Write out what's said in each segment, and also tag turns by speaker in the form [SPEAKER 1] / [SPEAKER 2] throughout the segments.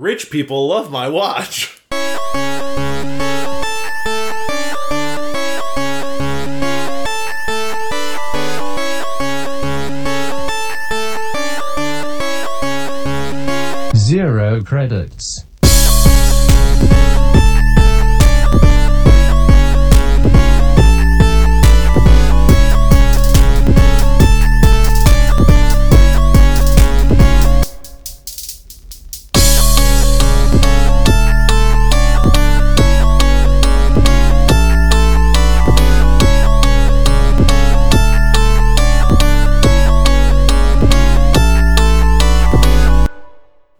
[SPEAKER 1] Rich people love my watch.
[SPEAKER 2] Zero credits.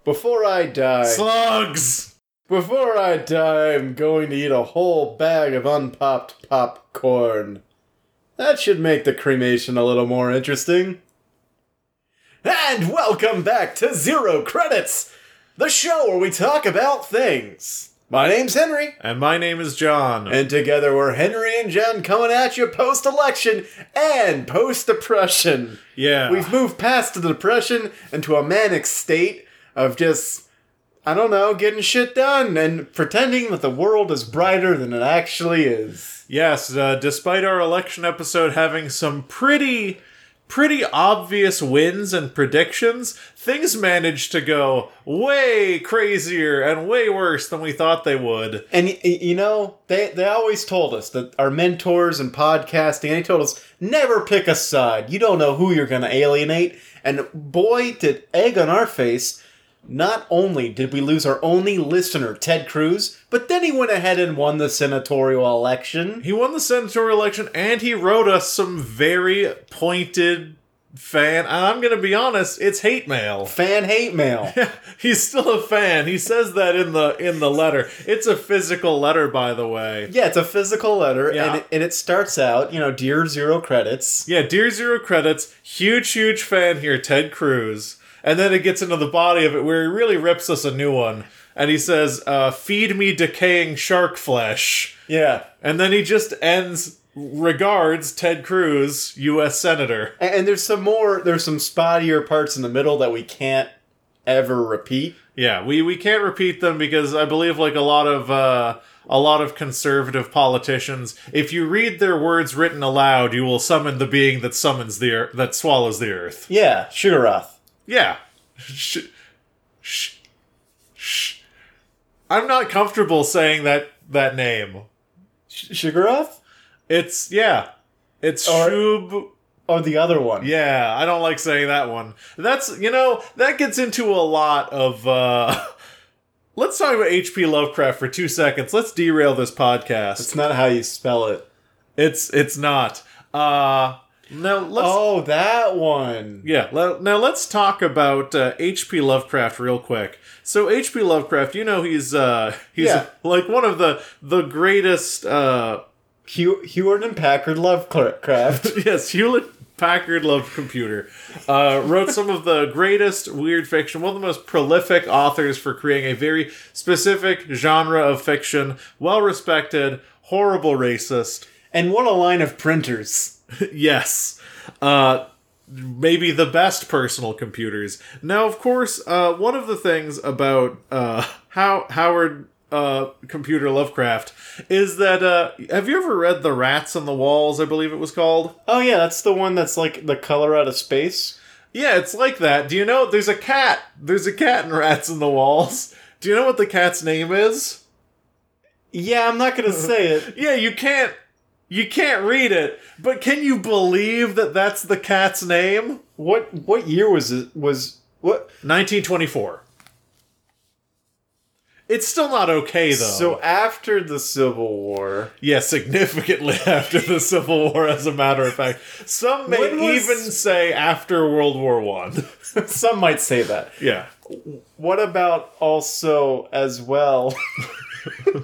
[SPEAKER 3] Before I die,
[SPEAKER 1] Slugs.
[SPEAKER 3] before I die, I'm going to eat a whole bag of unpopped popcorn. That should make the cremation a little more interesting. And welcome back to Zero Credits, the show where we talk about things. My name's Henry.
[SPEAKER 1] And my name is John.
[SPEAKER 3] And together we're Henry and Jen coming at you post election and post depression.
[SPEAKER 1] yeah.
[SPEAKER 3] We've moved past the depression into a manic state of just, I don't know, getting shit done and pretending that the world is brighter than it actually is.
[SPEAKER 1] Yes, uh, despite our election episode having some pretty, pretty obvious wins and predictions, things managed to go way crazier and way worse than we thought they would.
[SPEAKER 3] And y- y- you know, they, they always told us that our mentors and podcasting, they told us never pick a side. You don't know who you're going to alienate. And boy, did egg on our face. Not only did we lose our only listener, Ted Cruz, but then he went ahead and won the senatorial election.
[SPEAKER 1] He won the senatorial election and he wrote us some very pointed fan. I'm going to be honest, it's hate mail.
[SPEAKER 3] Fan hate mail.
[SPEAKER 1] He's still a fan. He says that in the in the letter. It's a physical letter by the way.
[SPEAKER 3] Yeah, it's a physical letter,
[SPEAKER 1] Yeah.
[SPEAKER 3] and, it, and it starts out, you know, dear zero credits.
[SPEAKER 1] Yeah, Dear Zero Credits, huge, huge fan here, Ted Cruz. And then it gets into the body of it where he really rips us a new one. And he says, uh, Feed me decaying shark flesh.
[SPEAKER 3] Yeah.
[SPEAKER 1] And then he just ends, Regards, Ted Cruz, U.S. Senator.
[SPEAKER 3] And, and there's some more, there's some spottier parts in the middle that we can't ever repeat.
[SPEAKER 1] Yeah, we, we can't repeat them because I believe, like a lot of. Uh, a lot of conservative politicians, if you read their words written aloud, you will summon the being that summons the earth, that swallows the earth.
[SPEAKER 3] Yeah, Sugaroth.
[SPEAKER 1] Yeah. Sh- sh- sh- I'm not comfortable saying that that name.
[SPEAKER 3] Sh- Sugaroth?
[SPEAKER 1] It's yeah. It's
[SPEAKER 3] Or-
[SPEAKER 1] Shub.
[SPEAKER 3] Or the other one?
[SPEAKER 1] Yeah, I don't like saying that one. That's you know that gets into a lot of. uh Let's talk about H.P. Lovecraft for two seconds. Let's derail this podcast.
[SPEAKER 3] It's not how you spell it.
[SPEAKER 1] It's it's not. Uh Now let's.
[SPEAKER 3] Oh, that one.
[SPEAKER 1] Yeah. le- Now let's talk about uh, H.P. Lovecraft real quick. So H.P. Lovecraft, you know he's uh, he's
[SPEAKER 3] Yeah.
[SPEAKER 1] like one of the the greatest. Uh,
[SPEAKER 3] Hew- Heward and Packard Lovecraft.
[SPEAKER 1] yes, Hewlett Packard loved computer. Uh, wrote some of the greatest weird fiction. One of the most prolific authors for creating a very specific genre of fiction. Well respected. Horrible racist.
[SPEAKER 3] and what a line of printers.
[SPEAKER 1] yes. Uh, maybe the best personal computers. Now, of course, uh, one of the things about uh, how Howard uh, Computer Lovecraft is that uh, have you ever read The Rats on the Walls? I believe it was called.
[SPEAKER 3] Oh, yeah, that's the one that's like the color out of space.
[SPEAKER 1] Yeah, it's like that. Do you know there's a cat? There's a cat in Rats on the Walls. Do you know what the cat's name is?
[SPEAKER 3] Yeah, I'm not gonna say it.
[SPEAKER 1] Yeah, you can't. You can't read it, but can you believe that that's the cat's name?
[SPEAKER 3] What what year was it? Was what?
[SPEAKER 1] 1924. It's still not okay though.
[SPEAKER 3] So after the Civil War,
[SPEAKER 1] yeah, significantly after the Civil War, as a matter of fact, some may
[SPEAKER 3] When was-
[SPEAKER 1] even say after World War One.
[SPEAKER 3] some might say that.
[SPEAKER 1] yeah,
[SPEAKER 3] What about also as well?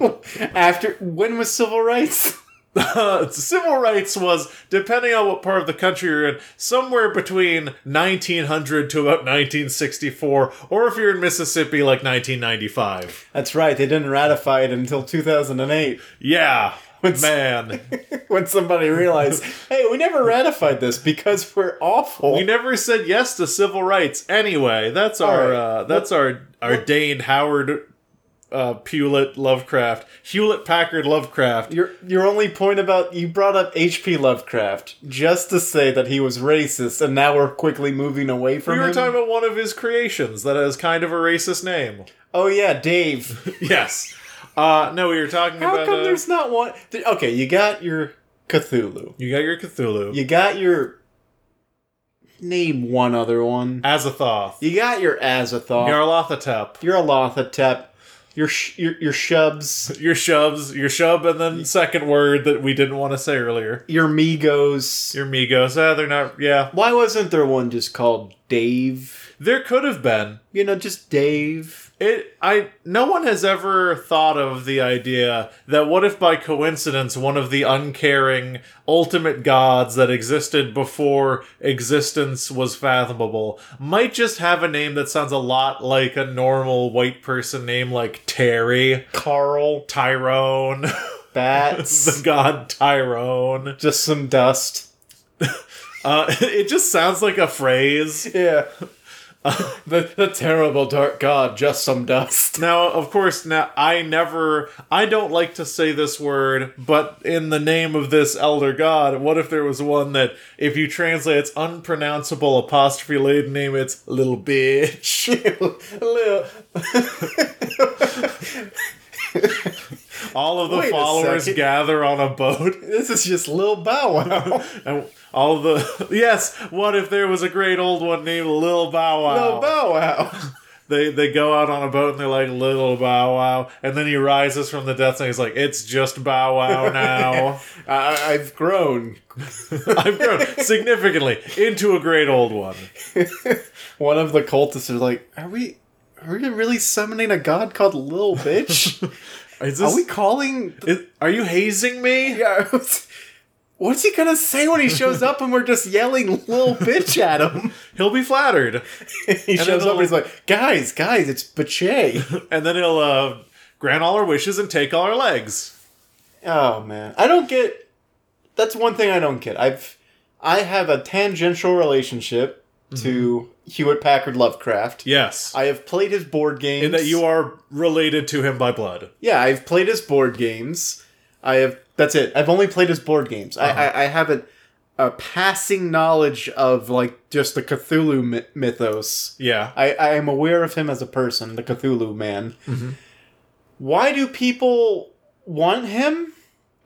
[SPEAKER 3] after when was civil rights?
[SPEAKER 1] Uh, civil rights was depending on what part of the country you're in, somewhere between 1900 to about 1964, or if you're in Mississippi, like 1995.
[SPEAKER 3] That's right. They didn't ratify it until 2008
[SPEAKER 1] Yeah,
[SPEAKER 3] What's-
[SPEAKER 1] man.
[SPEAKER 3] when somebody realized, "Hey, we never ratified this because we're awful."
[SPEAKER 1] We never said yes to civil rights. Anyway, that's our
[SPEAKER 3] right.
[SPEAKER 1] uh, that's our ordained Howard uh, Hewlett Lovecraft, Hewlett Packard Lovecraft.
[SPEAKER 3] Your your only point about you brought up H.P. Lovecraft just to say that he was racist, and now we're quickly moving away from
[SPEAKER 1] We were
[SPEAKER 3] him.
[SPEAKER 1] talking about one of his creations that has kind of a racist name.
[SPEAKER 3] oh yeah, Dave.
[SPEAKER 1] Yes. Uh, no, we were talking
[SPEAKER 3] How
[SPEAKER 1] about.
[SPEAKER 3] come
[SPEAKER 1] uh,
[SPEAKER 3] there's not one? th- Okay, you got your Cthulhu.
[SPEAKER 1] you got your Cthulhu,
[SPEAKER 3] You got your name one other one.
[SPEAKER 1] Azathoth,
[SPEAKER 3] You got your Azathoth.
[SPEAKER 1] Nyarlathotep,
[SPEAKER 3] You're a Lothotep. You're sh- you're, you're Shubs.
[SPEAKER 1] your Shubs, your Shub, and then second word that we didn't want to say earlier.
[SPEAKER 3] You're Migos.
[SPEAKER 1] Your Migos. Ah, they're not. Yeah,
[SPEAKER 3] Why wasn't there one just called Dave?
[SPEAKER 1] there could have been.
[SPEAKER 3] You know, just Dave.
[SPEAKER 1] It I no one has ever thought of the idea that what if by coincidence one of the uncaring ultimate gods that existed before existence was fathomable might just have a name that sounds a lot like a normal white person name like Terry,
[SPEAKER 3] Carl.
[SPEAKER 1] Tyrone, the
[SPEAKER 3] Bats.
[SPEAKER 1] god Tyrone.
[SPEAKER 3] just some dust.
[SPEAKER 1] Uh, it just sounds like a phrase.
[SPEAKER 3] Yeah. the, the terrible dark god, just some dust.
[SPEAKER 1] Now, of course, now I never, I don't like to say this word, but in the name of this elder god, what if there was one that, if you translate its unpronounceable apostrophe laden name, it's little bitch.
[SPEAKER 3] Little-
[SPEAKER 1] All of the
[SPEAKER 3] Wait a
[SPEAKER 1] followers
[SPEAKER 3] second.
[SPEAKER 1] gather on a boat,
[SPEAKER 3] this is just Lil Bow Wow.
[SPEAKER 1] and all of the yes. What if there was a great old one named Lil Bow Wow?
[SPEAKER 3] Lil Bow Wow.
[SPEAKER 1] they they go out on a boat and they're like Little Bow Wow, and then he rises from the depths and he's like, "It's just Bow Wow now."
[SPEAKER 3] I, I've grown.
[SPEAKER 1] I've grown significantly into a great old one.
[SPEAKER 3] One of the cultists is like, Are we. Are we really summoning a god called Lil Bitch?
[SPEAKER 1] Is this?
[SPEAKER 3] Are we calling?
[SPEAKER 1] is- are you hazing me?
[SPEAKER 3] Yeah. What's he gonna say when he shows up and we're just yelling "little bitch" at him?
[SPEAKER 1] He'll be flattered,
[SPEAKER 3] he
[SPEAKER 1] then
[SPEAKER 3] shows up
[SPEAKER 1] they'll-
[SPEAKER 3] and he's like, "Guys, guys, it's bitchet."
[SPEAKER 1] and then he'll uh, grant all our wishes and take all our legs.
[SPEAKER 3] oh man, I don't get. That's one thing I don't get. I've I have a tangential relationship to Hewitt Packard Lovecraft.
[SPEAKER 1] Yes,
[SPEAKER 3] I have played his board games.
[SPEAKER 1] in that you are related to him by blood.
[SPEAKER 3] Yeah, I've played his board games. I have. That's it. I've only played his board games. I, I, I have a, a passing knowledge of like just the Cthulhu my- mythos.
[SPEAKER 1] Yeah,
[SPEAKER 3] I, I am aware of him as a person, the Cthulhu man. Why do people want him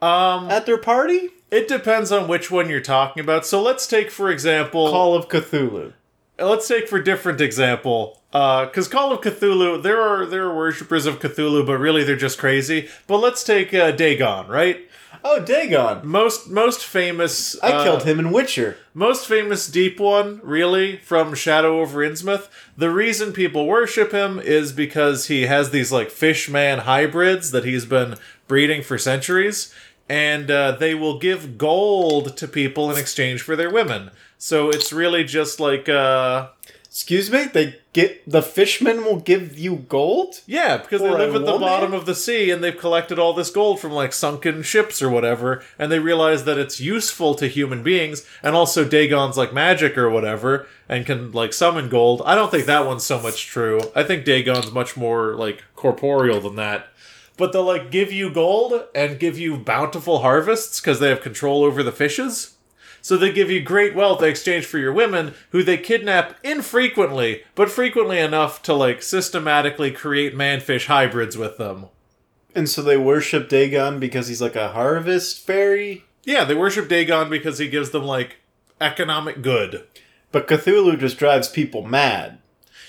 [SPEAKER 1] um,
[SPEAKER 3] at their party?
[SPEAKER 1] it depends on which one you're talking about. So let's take, for example,
[SPEAKER 3] Call of Cthulhu.
[SPEAKER 1] let's take for different example because call of cthulhu there are there are worshippers of cthulhu but really they're just crazy but let's take uh, dagon right
[SPEAKER 3] Oh, Dagon.
[SPEAKER 1] most most famous
[SPEAKER 3] I
[SPEAKER 1] uh,
[SPEAKER 3] killed him in Witcher.
[SPEAKER 1] most famous deep one really from shadow over innsmouth the reason people worship him is because he has these like fish man hybrids that he's been breeding for centuries and uh, they will give gold to people in exchange for their women so it's really just like uh
[SPEAKER 3] Excuse me? They get the fishmen will give you gold?
[SPEAKER 1] Yeah, because they
[SPEAKER 3] For a
[SPEAKER 1] live at the
[SPEAKER 3] woman?
[SPEAKER 1] bottom of the sea and they've collected all this gold from like sunken ships or whatever, and they realize that it's useful to human beings, and also Dagon's like magic or whatever, and can like summon gold. I don't think that one's so much true. I think Dagon's much more like corporeal than that. But they'll like give you gold and give you bountiful harvests because they have control over the fishes. So they give you great wealth in exchange for your women, who they kidnap infrequently, but frequently enough to like systematically create manfish hybrids with them.
[SPEAKER 3] And so they worship Dagon because he's like a harvest fairy?
[SPEAKER 1] Yeah, they worship Dagon because he gives them like economic good.
[SPEAKER 3] But Cthulhu just drives people mad.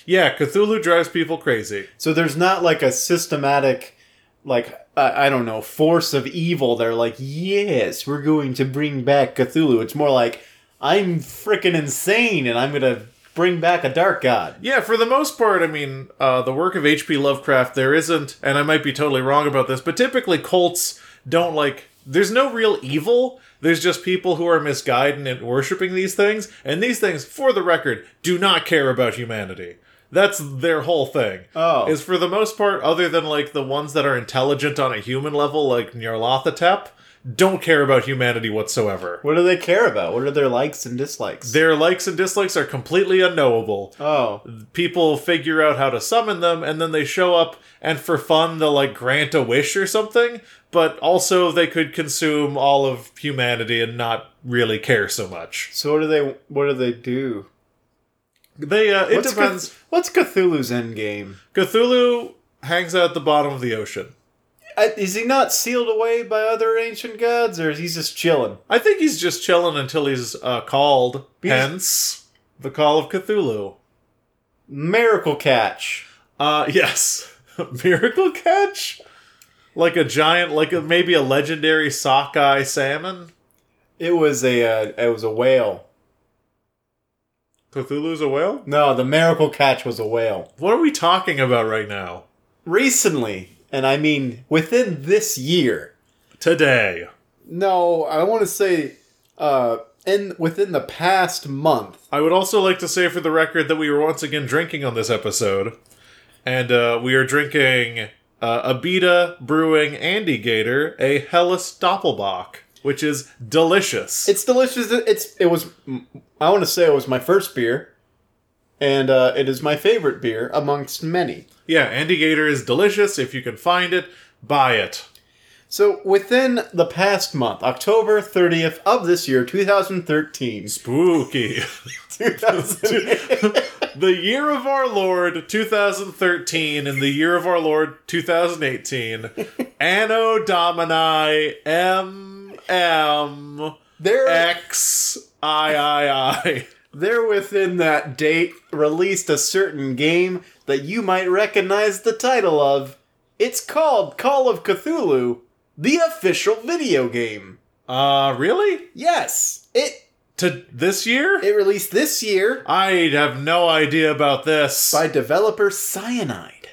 [SPEAKER 1] Yeah, Cthulhu drives people crazy.
[SPEAKER 3] So there's not like a systematic, like, I, I don't know, force of evil. They're like, yes, we're going to bring back Cthulhu. It's more like, I'm freaking insane and I'm going to bring back a dark god.
[SPEAKER 1] Yeah, for the most part, I mean, uh, the work of H.P. Lovecraft, there isn't, and I might be totally wrong about this, but typically cults don't like. There's no real evil. There's just people who are misguided in worshiping these things, and these things, for the record, do not care about humanity. That's their whole thing.
[SPEAKER 3] Oh.
[SPEAKER 1] Is for the most part, other than like the ones that are intelligent on a human level, like Nyarlathotep, don't care about humanity whatsoever.
[SPEAKER 3] What do they care about? What are their likes and dislikes?
[SPEAKER 1] Their likes and dislikes are completely unknowable.
[SPEAKER 3] oh,
[SPEAKER 1] People figure out how to summon them, and then they show up, and for fun, they'll like grant a wish or something, but also they could consume all of humanity and not really care so much.
[SPEAKER 3] so what do they? What do they do?
[SPEAKER 1] They, uh, it
[SPEAKER 3] What's
[SPEAKER 1] depends.
[SPEAKER 3] Cth- what's Cthulhu's end game?
[SPEAKER 1] Cthulhu hangs out at the bottom of the ocean.
[SPEAKER 3] I, is he not sealed away by other ancient gods, or is he just chilling?
[SPEAKER 1] I think he's just chilling until he's uh, called.
[SPEAKER 3] He's-
[SPEAKER 1] Hence, the call of Cthulhu.
[SPEAKER 3] Miracle catch.
[SPEAKER 1] Uh, yes, miracle catch, like a giant, like a, maybe a legendary sockeye salmon.
[SPEAKER 3] It was a. Uh, it was a whale.
[SPEAKER 1] Cthulhu's a whale.
[SPEAKER 3] No, the miracle catch was a whale.
[SPEAKER 1] What are we talking about right now?
[SPEAKER 3] Recently, and I mean within this year.
[SPEAKER 1] Today,
[SPEAKER 3] No, I want to say, uh, in within the past month.
[SPEAKER 1] I would also like to say for the record that we were once again drinking on this episode, and uh, we are drinking uh, Abita Brewing Andy Gator, a Helles Doppelbock, which is delicious.
[SPEAKER 3] It's delicious. It's it was. I want to say it was my first beer, and uh, it is my favorite beer amongst many.
[SPEAKER 1] yeah, Andy Gator is delicious. If you can find it, buy it.
[SPEAKER 3] So within the past month, October thirtieth of this year, two thousand thirteen,
[SPEAKER 1] Spooky.
[SPEAKER 3] two thousand.
[SPEAKER 1] the year of our Lord 2013 and the year of our Lord 2018. Anno Domini M M
[SPEAKER 3] There,
[SPEAKER 1] X I I I.
[SPEAKER 3] there within that date released a certain game that you might recognize the title of. It's called Call of Cthulhu, the official video game.
[SPEAKER 1] Uh, really?
[SPEAKER 3] Yes, it
[SPEAKER 1] To this year?
[SPEAKER 3] it released this year
[SPEAKER 1] I have no idea about this.
[SPEAKER 3] by developer Cyanide.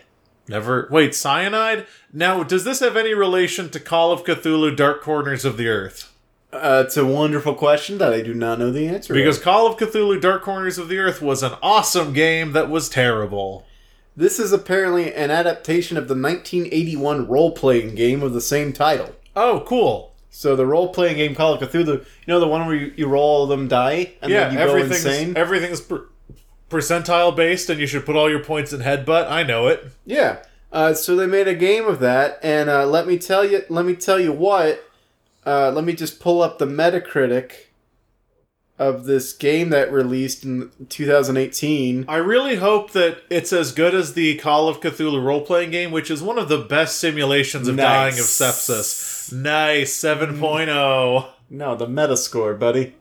[SPEAKER 1] Never. Wait, cyanide? Now, does this have any relation to Call of Cthulhu Dark Corners of the Earth?
[SPEAKER 3] Uh, it's a wonderful question that I do not know the answer.
[SPEAKER 1] Because
[SPEAKER 3] of.
[SPEAKER 1] Call of Cthulhu Dark Corners of the Earth was an awesome game that was terrible.
[SPEAKER 3] this is apparently an adaptation of the 1981 role-playing game of the same title.
[SPEAKER 1] Oh, cool.
[SPEAKER 3] So the role-playing game Call of Cthulhu, you know the one where you, you roll all them die and
[SPEAKER 1] yeah,
[SPEAKER 3] then you go
[SPEAKER 1] everything's
[SPEAKER 3] insane.
[SPEAKER 1] everything's per- percentile based, and you should put all your points in headbutt. I know it.
[SPEAKER 3] yeah. Uh, so they made a game of that, and uh, let me tell you, let me tell you what. Uh, let me just pull up the Metacritic of this game that released in 2018.
[SPEAKER 1] I really hope that it's as good as the Call of Cthulhu role playing game, which is one of the best simulations of
[SPEAKER 3] Nice.
[SPEAKER 1] dying of sepsis. Nice 7.0.
[SPEAKER 3] No, the Metascore, buddy.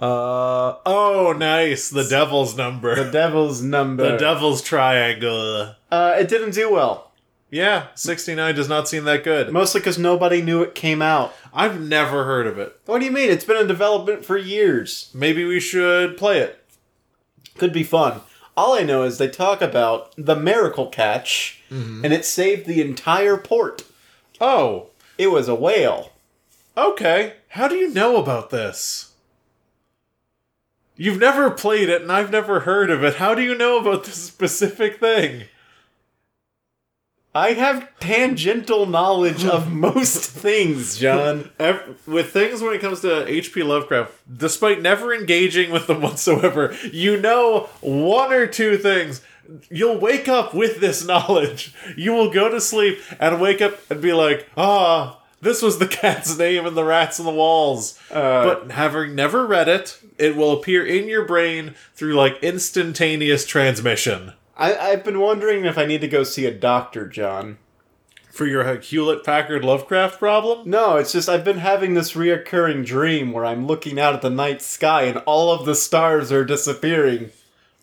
[SPEAKER 1] Uh oh, nice. The devil's number.
[SPEAKER 3] The devil's number.
[SPEAKER 1] The devil's triangle.
[SPEAKER 3] Uh, it didn't do well,
[SPEAKER 1] Yeah, 69 does not seem that good.
[SPEAKER 3] mostly because nobody knew it came out.
[SPEAKER 1] I've never heard of it.
[SPEAKER 3] What do you mean? It's been in development for years.
[SPEAKER 1] Maybe we should play it.
[SPEAKER 3] Could be fun. All I know is they talk about the miracle catch, and it saved the entire port.
[SPEAKER 1] Oh,
[SPEAKER 3] It was a whale.
[SPEAKER 1] Okay. How do you know about this? You've never played it and I've never heard of it. How do you know about this specific thing?
[SPEAKER 3] I have tangential knowledge of most things, John.
[SPEAKER 1] Ev- With things when it comes to H.P. Lovecraft, despite never engaging with them whatsoever, you know one or two things. You'll wake up with this knowledge. You will go to sleep and wake up and be like, ah, this was the cat's name and the rats on the walls. but having never read it, it will appear in your brain through like instantaneous transmission.
[SPEAKER 3] I, I've been wondering if I need to go see a doctor, John.
[SPEAKER 1] For your Hewlett Packard Lovecraft problem?
[SPEAKER 3] No, it's just I've been having this reoccurring dream where I'm looking out at the night sky and all of the stars are disappearing.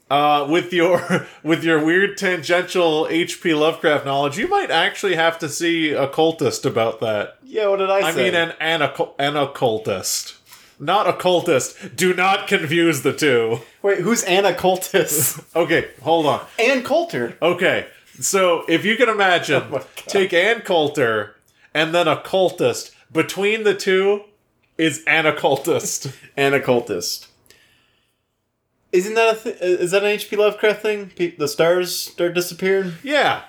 [SPEAKER 1] uh, with your with your weird tangential HP Lovecraft knowledge, you might actually have to see a cultist about that.
[SPEAKER 3] Yeah, what did I
[SPEAKER 1] I
[SPEAKER 3] say?
[SPEAKER 1] mean, an an, occul- an occultist, not a cultist. Do not confuse the two.
[SPEAKER 3] Wait, who's Anna Coltis?
[SPEAKER 1] Okay, hold on.
[SPEAKER 3] Ann Coulter.
[SPEAKER 1] Okay, so if you can imagine,
[SPEAKER 3] Oh my God.
[SPEAKER 1] take Ann Coulter and then a cultist. Between the two is an occultist.
[SPEAKER 3] Anna Coltist. Isn't that a th- is that an H.P. Lovecraft thing? Pe- the stars start disappearing.
[SPEAKER 1] yeah,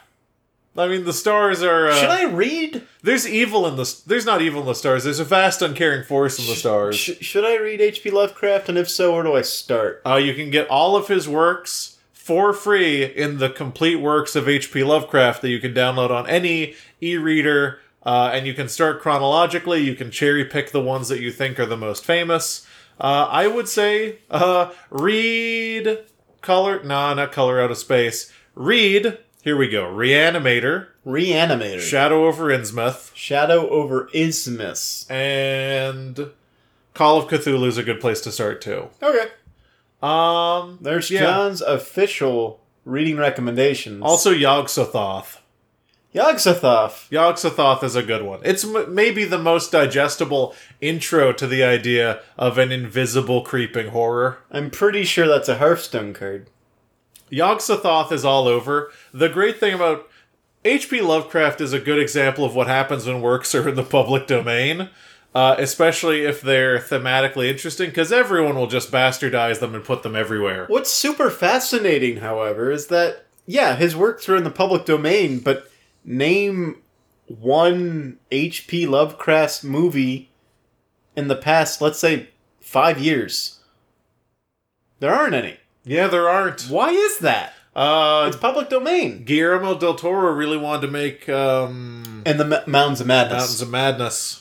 [SPEAKER 1] I mean, the stars are. Uh,
[SPEAKER 3] Should I read?
[SPEAKER 1] There's evil in the. There's not evil in the stars. There's a vast, uncaring force in the stars.
[SPEAKER 3] Sh- should I read H.P. Lovecraft? And if so, where do I start?
[SPEAKER 1] Uh, you can get all of his works for free in the complete works of H.P. Lovecraft that you can download on any e reader, uh, and you can start chronologically. You can cherry pick the ones that you think are the most famous. Uh, I would say uh, read Color. Nah, not Color Out of Space. Read. Here we go. Reanimator,
[SPEAKER 3] Reanimator.
[SPEAKER 1] Shadow over Innsmouth,
[SPEAKER 3] Shadow over Isthmus.
[SPEAKER 1] and Call of Cthulhu is a good place to start too.
[SPEAKER 3] Okay.
[SPEAKER 1] Um,
[SPEAKER 3] There's
[SPEAKER 1] Yeah.
[SPEAKER 3] John's official reading recommendations.
[SPEAKER 1] also Yog Sothoth.
[SPEAKER 3] Yogg-Sothoth.
[SPEAKER 1] Yogg-Sothoth is a good one. It's m- maybe the most digestible intro to the idea of an invisible creeping horror.
[SPEAKER 3] I'm pretty sure that's a Hearthstone card.
[SPEAKER 1] Yogg-Sothoth is all over. The great thing about H.P. Lovecraft is a good example of what happens when works are in the public domain, uh, especially if they're thematically interesting, because everyone will just bastardize them and put them everywhere.
[SPEAKER 3] What's super fascinating, however, is that yeah, his works are in the public domain, but name one H.P. Lovecraft movie in the past, let's say, five years. There aren't any.
[SPEAKER 1] Yeah, there aren't.
[SPEAKER 3] Why is that?
[SPEAKER 1] Uh,
[SPEAKER 3] It's public domain.
[SPEAKER 1] Guillermo del Toro really wanted to make um,
[SPEAKER 3] And the M- Mountains of Madness.
[SPEAKER 1] Mountains of Madness.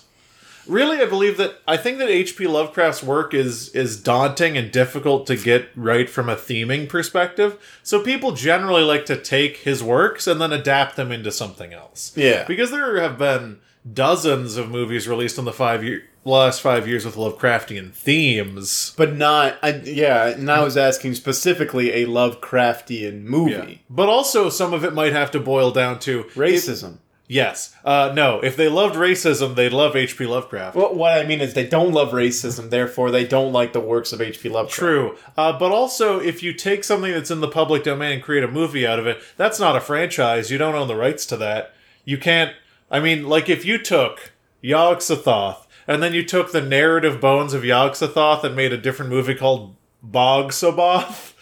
[SPEAKER 1] Really, I believe that I think that H.P. Lovecraft's work is is daunting and difficult to get right from a theming perspective. So people generally like to take his works and then adapt them into something else.
[SPEAKER 3] Yeah.
[SPEAKER 1] because there have been dozens of movies released in the five year last five years with Lovecraftian themes.
[SPEAKER 3] but not, I, yeah, and I was asking specifically a Lovecraftian movie.
[SPEAKER 1] But also, some of it might have to boil down to
[SPEAKER 3] Racism.
[SPEAKER 1] Yes. Uh, no. If they loved racism, they'd love H.P. Lovecraft.
[SPEAKER 3] Well, what I mean is they don't love racism, therefore they don't like the works of H.P. Lovecraft.
[SPEAKER 1] True. Uh, but also, if you take something that's in the public domain and create a movie out of it, that's not a franchise. You don't own the rights to that. You can't. I mean, like, if you took Yog Sothoth and then you took the narrative bones of Yog Sothoth and made a different movie called Bog Saboth.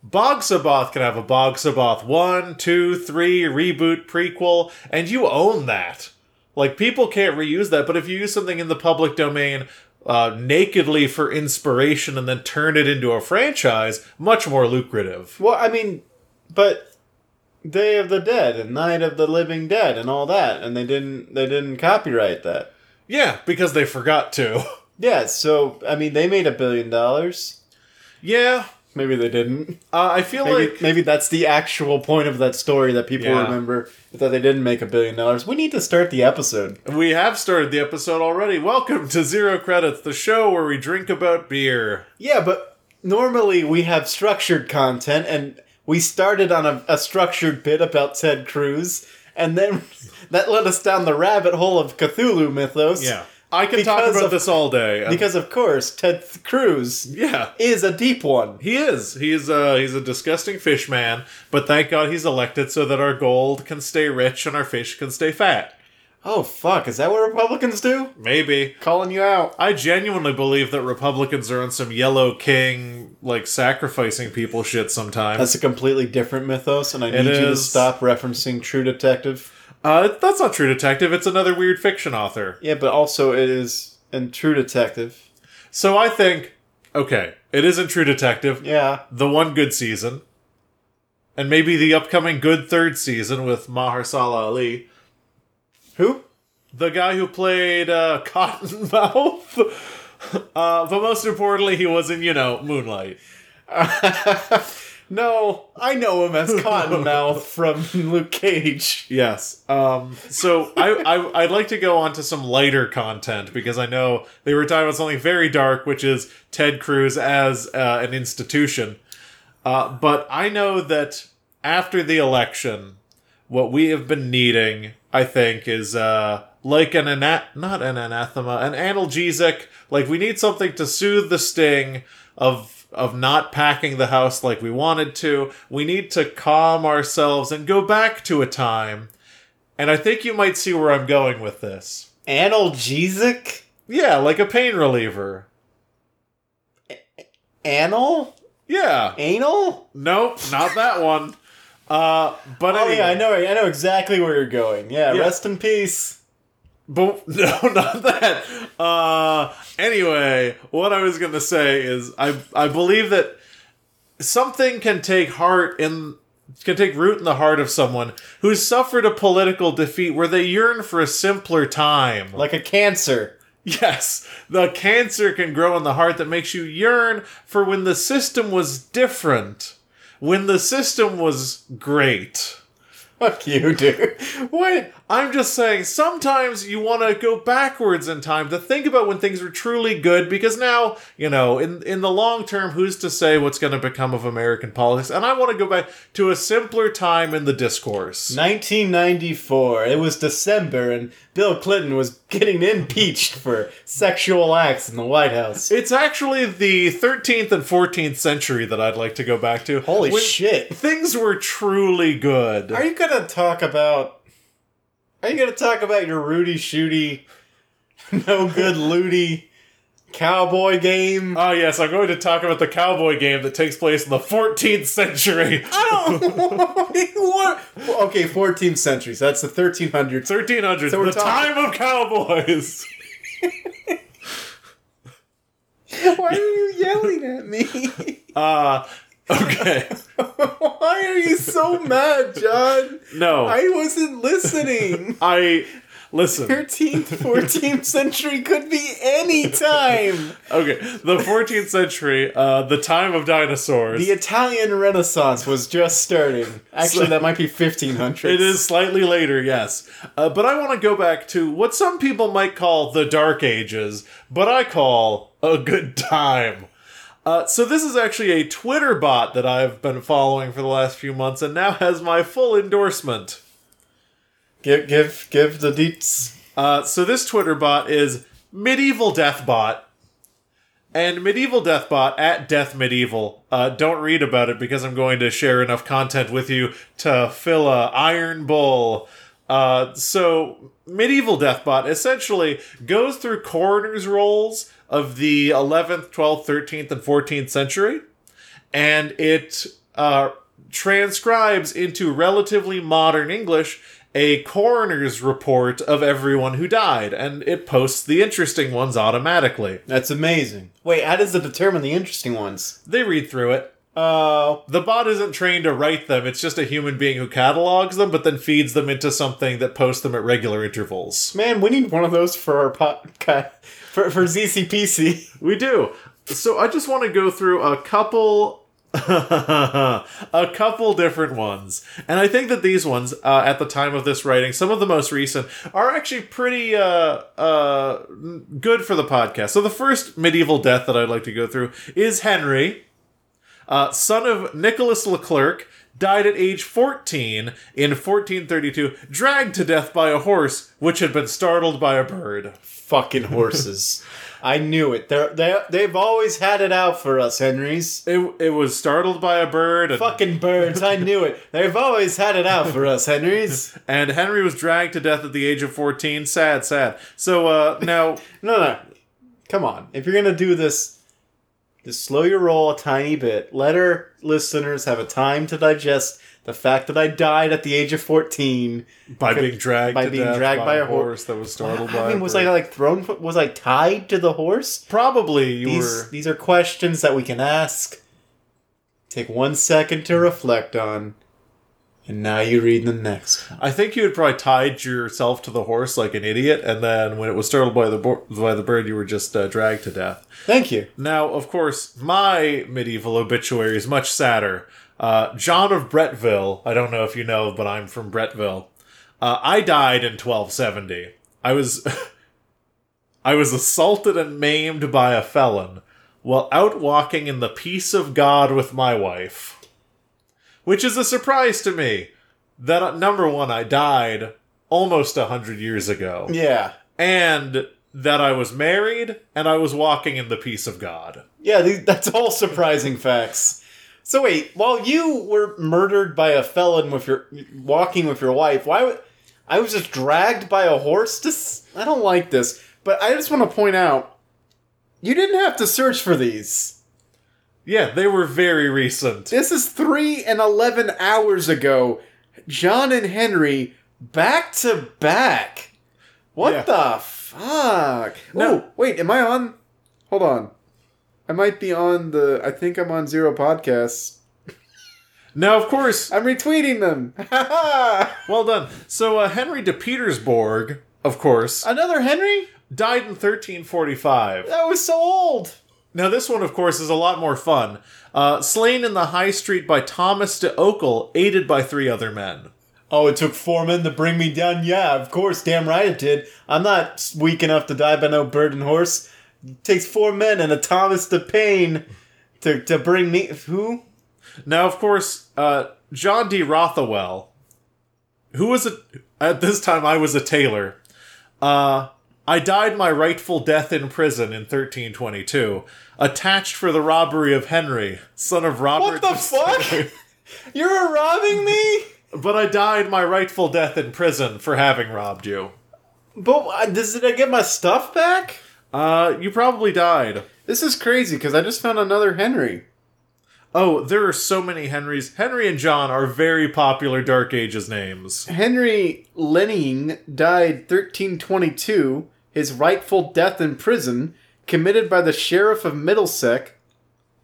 [SPEAKER 1] Bog Saboth can have a Bog Saboth 1, 2, 3, reboot, prequel, and you own that. Like, people can't reuse that, but if you use something in the public domain uh, nakedly for inspiration and then turn it into a franchise, much more lucrative.
[SPEAKER 3] Well, I mean, but Day of the Dead and Night of the Living Dead and all that, and they didn't they didn't copyright that.
[SPEAKER 1] Yeah, because they forgot to.
[SPEAKER 3] Yeah, so I mean, they made a billion dollars.
[SPEAKER 1] yeah,
[SPEAKER 3] Maybe they didn't.
[SPEAKER 1] uh, I feel
[SPEAKER 3] Maybe,
[SPEAKER 1] like.
[SPEAKER 3] maybe that's the actual point of that story that people
[SPEAKER 1] Yeah.
[SPEAKER 3] remember is that they didn't make a billion dollars. We need to start the episode.
[SPEAKER 1] We have started the episode already. Welcome to Zero Credits, the show where we drink about beer.
[SPEAKER 3] Yeah, but normally we have structured content, and we started on a, a structured bit about Ted Cruz, and then that led us down the rabbit hole of Cthulhu mythos.
[SPEAKER 1] I can talk
[SPEAKER 3] Because
[SPEAKER 1] about
[SPEAKER 3] of-
[SPEAKER 1] this all day. and-
[SPEAKER 3] Because of course, Ted Th- Cruz
[SPEAKER 1] yeah,
[SPEAKER 3] is a deep one.
[SPEAKER 1] He is. He's a he's a disgusting fish man, but thank God he's elected so that our gold can stay rich and our fish can stay fat.
[SPEAKER 3] Oh fuck, is that what Republicans do?
[SPEAKER 1] Maybe.
[SPEAKER 3] Calling you out.
[SPEAKER 1] I genuinely believe that Republicans are on some yellow king like sacrificing people shit sometimes.
[SPEAKER 3] That's a completely different mythos, and I
[SPEAKER 1] It
[SPEAKER 3] need you to
[SPEAKER 1] is.
[SPEAKER 3] stop referencing True Detective.
[SPEAKER 1] Uh that's not True Detective, it's another weird fiction author.
[SPEAKER 3] Yeah, but also it is in True Detective.
[SPEAKER 1] So I think okay, it isn't True Detective.
[SPEAKER 3] Yeah.
[SPEAKER 1] The one good season. And maybe the upcoming good third season with Mahershala Ali.
[SPEAKER 3] Who?
[SPEAKER 1] the guy who played uh, Cottonmouth. Uh, but most importantly, he was in, you know, Moonlight.
[SPEAKER 3] no, I know him as Cottonmouth from Luke Cage.
[SPEAKER 1] Yes. Um, so I, I, I'd like to go on to some lighter content because I know they were talking about something very dark, which is Ted Cruz as uh, an institution. Uh, but I know that after the election, what we have been needing, I think, is uh, like an ana- not an anathema, an analgesic. Like we need something to soothe the sting of of not packing the house like we wanted to. We need to calm ourselves and go back to a time. And I think you might see where I'm going with this.
[SPEAKER 3] Analgesic?
[SPEAKER 1] Yeah, like a pain reliever.
[SPEAKER 3] Anal?
[SPEAKER 1] Yeah.
[SPEAKER 3] Anal?
[SPEAKER 1] Nope, not that one. Uh, but
[SPEAKER 3] Oh
[SPEAKER 1] anyway,
[SPEAKER 3] yeah, I know. I know exactly where you're going. Yeah,
[SPEAKER 1] Yeah.
[SPEAKER 3] rest in peace.
[SPEAKER 1] But no, not that. Uh, anyway, what I was gonna say is, I I believe that something can take heart in can take root in the heart of someone who's suffered a political defeat where they yearn for a simpler time.
[SPEAKER 3] Like a cancer.
[SPEAKER 1] Yes, the cancer can grow in the heart that makes you yearn for when the system was different, when the system was great.
[SPEAKER 3] Fuck you, dude.
[SPEAKER 1] What? I'm just saying, sometimes you want to go backwards in time to think about when things were truly good because now, you know, in, in the long term, who's to say what's going to become of American politics? And I want to go back to a simpler time in the discourse.
[SPEAKER 3] 1994. It was December, and Bill Clinton was getting impeached for sexual acts in the White House.
[SPEAKER 1] It's actually the 13th and 14th century that I'd like to go back to.
[SPEAKER 3] Holy
[SPEAKER 1] When-
[SPEAKER 3] shit.
[SPEAKER 1] things were truly good.
[SPEAKER 3] Are you gonna talk about? Are you gonna talk about your Rudy Shooty, no good Looty, cowboy game?
[SPEAKER 1] Oh yes, I'm going to talk about the cowboy game that takes place in the 14th century,
[SPEAKER 3] I don't. what? Oh, Okay, 14th century. So that's the 1300s.
[SPEAKER 1] 1300s,
[SPEAKER 3] So we're
[SPEAKER 1] the
[SPEAKER 3] talking-
[SPEAKER 1] time of cowboys.
[SPEAKER 3] Why are you yelling at me?
[SPEAKER 1] Uh okay.
[SPEAKER 3] Why are you so mad, John?
[SPEAKER 1] No, I,
[SPEAKER 3] I wasn't listening.
[SPEAKER 1] listen.
[SPEAKER 3] 13th, 14th century could be any time.
[SPEAKER 1] Okay, the 14th century, uh, the time of dinosaurs.
[SPEAKER 3] The Italian Renaissance was just starting. Actually, that might be 1500.
[SPEAKER 1] it is slightly later, yes. Uh, but I want to go back to what some people might call the Dark Ages, but I call a good time. Uh, so this is actually a Twitter bot that I've been following for the last few months, and now has my full endorsement.
[SPEAKER 3] Give, give, give the deets.
[SPEAKER 1] Uh, so this Twitter bot is Medieval Deathbot. And Medieval Deathbot at Death Medieval. Uh, don't read about it because I'm going to share enough content with you to fill a Iron Bull. Uh, so Medieval Deathbot essentially goes through coroner's rolls of the 11th, 12th, 13th, and 14th century and it uh, transcribes into relatively modern English a coroner's report of everyone who died, and it posts the interesting ones automatically.
[SPEAKER 3] That's amazing. Wait, how does it determine the interesting ones?
[SPEAKER 1] They read through it. Uh,
[SPEAKER 3] Oh,
[SPEAKER 1] The bot isn't trained to write them, it's just a human being who catalogs them, but then feeds them into something that posts them at regular intervals.
[SPEAKER 3] man, we need one of those for our podcast. For, for ZCPC.
[SPEAKER 1] We do. So I just want to go through a couple a couple different ones. And I think that these ones uh, at the time of this writing, some of the most recent are actually pretty uh uh good for the podcast. So the first medieval death that I'd like to go through is Henry, uh, son of Nicholas Leclerc, died at age 14 in 1432, dragged to death by a horse which had been startled by a bird.
[SPEAKER 3] Fucking horses. I knew it. They're, they they've always had it out for us, Henrys.
[SPEAKER 1] It, it was startled by a bird and
[SPEAKER 3] Fucking birds, I knew it. They've always had it out for us, Henrys.
[SPEAKER 1] And Henry was dragged to death at the age of 14. Sad, sad. So, uh, now,
[SPEAKER 3] No, no. Come on. If you're gonna do this, just slow your roll a tiny bit. Let our listeners have a time to digest the fact that I died at the age of fourteen.
[SPEAKER 1] by being dragged
[SPEAKER 3] By
[SPEAKER 1] to
[SPEAKER 3] being
[SPEAKER 1] death
[SPEAKER 3] dragged by a hor-
[SPEAKER 1] horse that was startled by
[SPEAKER 3] I mean, was
[SPEAKER 1] a
[SPEAKER 3] I
[SPEAKER 1] bird.
[SPEAKER 3] like thrown? fo- Was I tied to the horse?
[SPEAKER 1] Probably you
[SPEAKER 3] These
[SPEAKER 1] were.
[SPEAKER 3] these are questions that we can ask. Take one second to reflect on, and now you read the next. one.
[SPEAKER 1] I think you had probably tied yourself to the horse like an idiot, and then when it was startled by the bo- by the bird, you were just uh, dragged to death.
[SPEAKER 3] Thank you.
[SPEAKER 1] Now, of course, my medieval obituary is much sadder. Uh, John of Bretville, I don't know if you know, but I'm from Bretville. Uh, I died in 1270. I was I was assaulted and maimed by a felon while out walking in the peace of God with my wife. Which is a surprise to me that uh, number one, I died almost a hundred years ago
[SPEAKER 3] Yeah,
[SPEAKER 1] and that I was married and I was walking in the peace of God.
[SPEAKER 3] yeah. These, that's all surprising facts. So wait, while you were murdered by a felon with your walking with your wife, why? would I was just dragged by a horse. This I don't like this, but I just want to point out, you didn't have to search for these.
[SPEAKER 1] Yeah, they were very recent.
[SPEAKER 3] This is three and 11 hours ago. John and Henry back to back. What
[SPEAKER 1] Yeah.
[SPEAKER 3] the fuck?
[SPEAKER 1] No.
[SPEAKER 3] Oh, wait, am I on? Hold on. I might be on the. I think I'm on Zero Podcasts.
[SPEAKER 1] Now, of course,
[SPEAKER 3] I'm retweeting them.
[SPEAKER 1] well done. So, uh, Henry de Petersburg, of course,
[SPEAKER 3] Another Henry?
[SPEAKER 1] died in 1345.
[SPEAKER 3] That was so old.
[SPEAKER 1] Now, this one, of course, is a lot more fun. Uh, slain in the high street by Thomas de Okel, aided by three other men.
[SPEAKER 3] Oh, it took four men to bring me down. Yeah, of course, damn right it did. I'm not weak enough to die by no bird and horse. It takes four men and a Thomas de Paine to, to bring me. Who?
[SPEAKER 1] Now, of course, uh, John D. Rothwell, who was a at this time I was a tailor. Uh, I died my rightful death in prison in 1322, attached for the robbery of Henry, son of Robert.
[SPEAKER 3] What the fuck? You're robbing me?
[SPEAKER 1] But I died my rightful death in prison for having robbed you.
[SPEAKER 3] But uh, does, did I get my stuff back?
[SPEAKER 1] Uh, you probably died.
[SPEAKER 3] This is crazy because I just found another Henry.
[SPEAKER 1] Oh, there are so many Henrys. Henry and John are very popular Dark Ages names.
[SPEAKER 3] Henry Lenning died 1322, his rightful death in prison, committed by the sheriff of Middlesex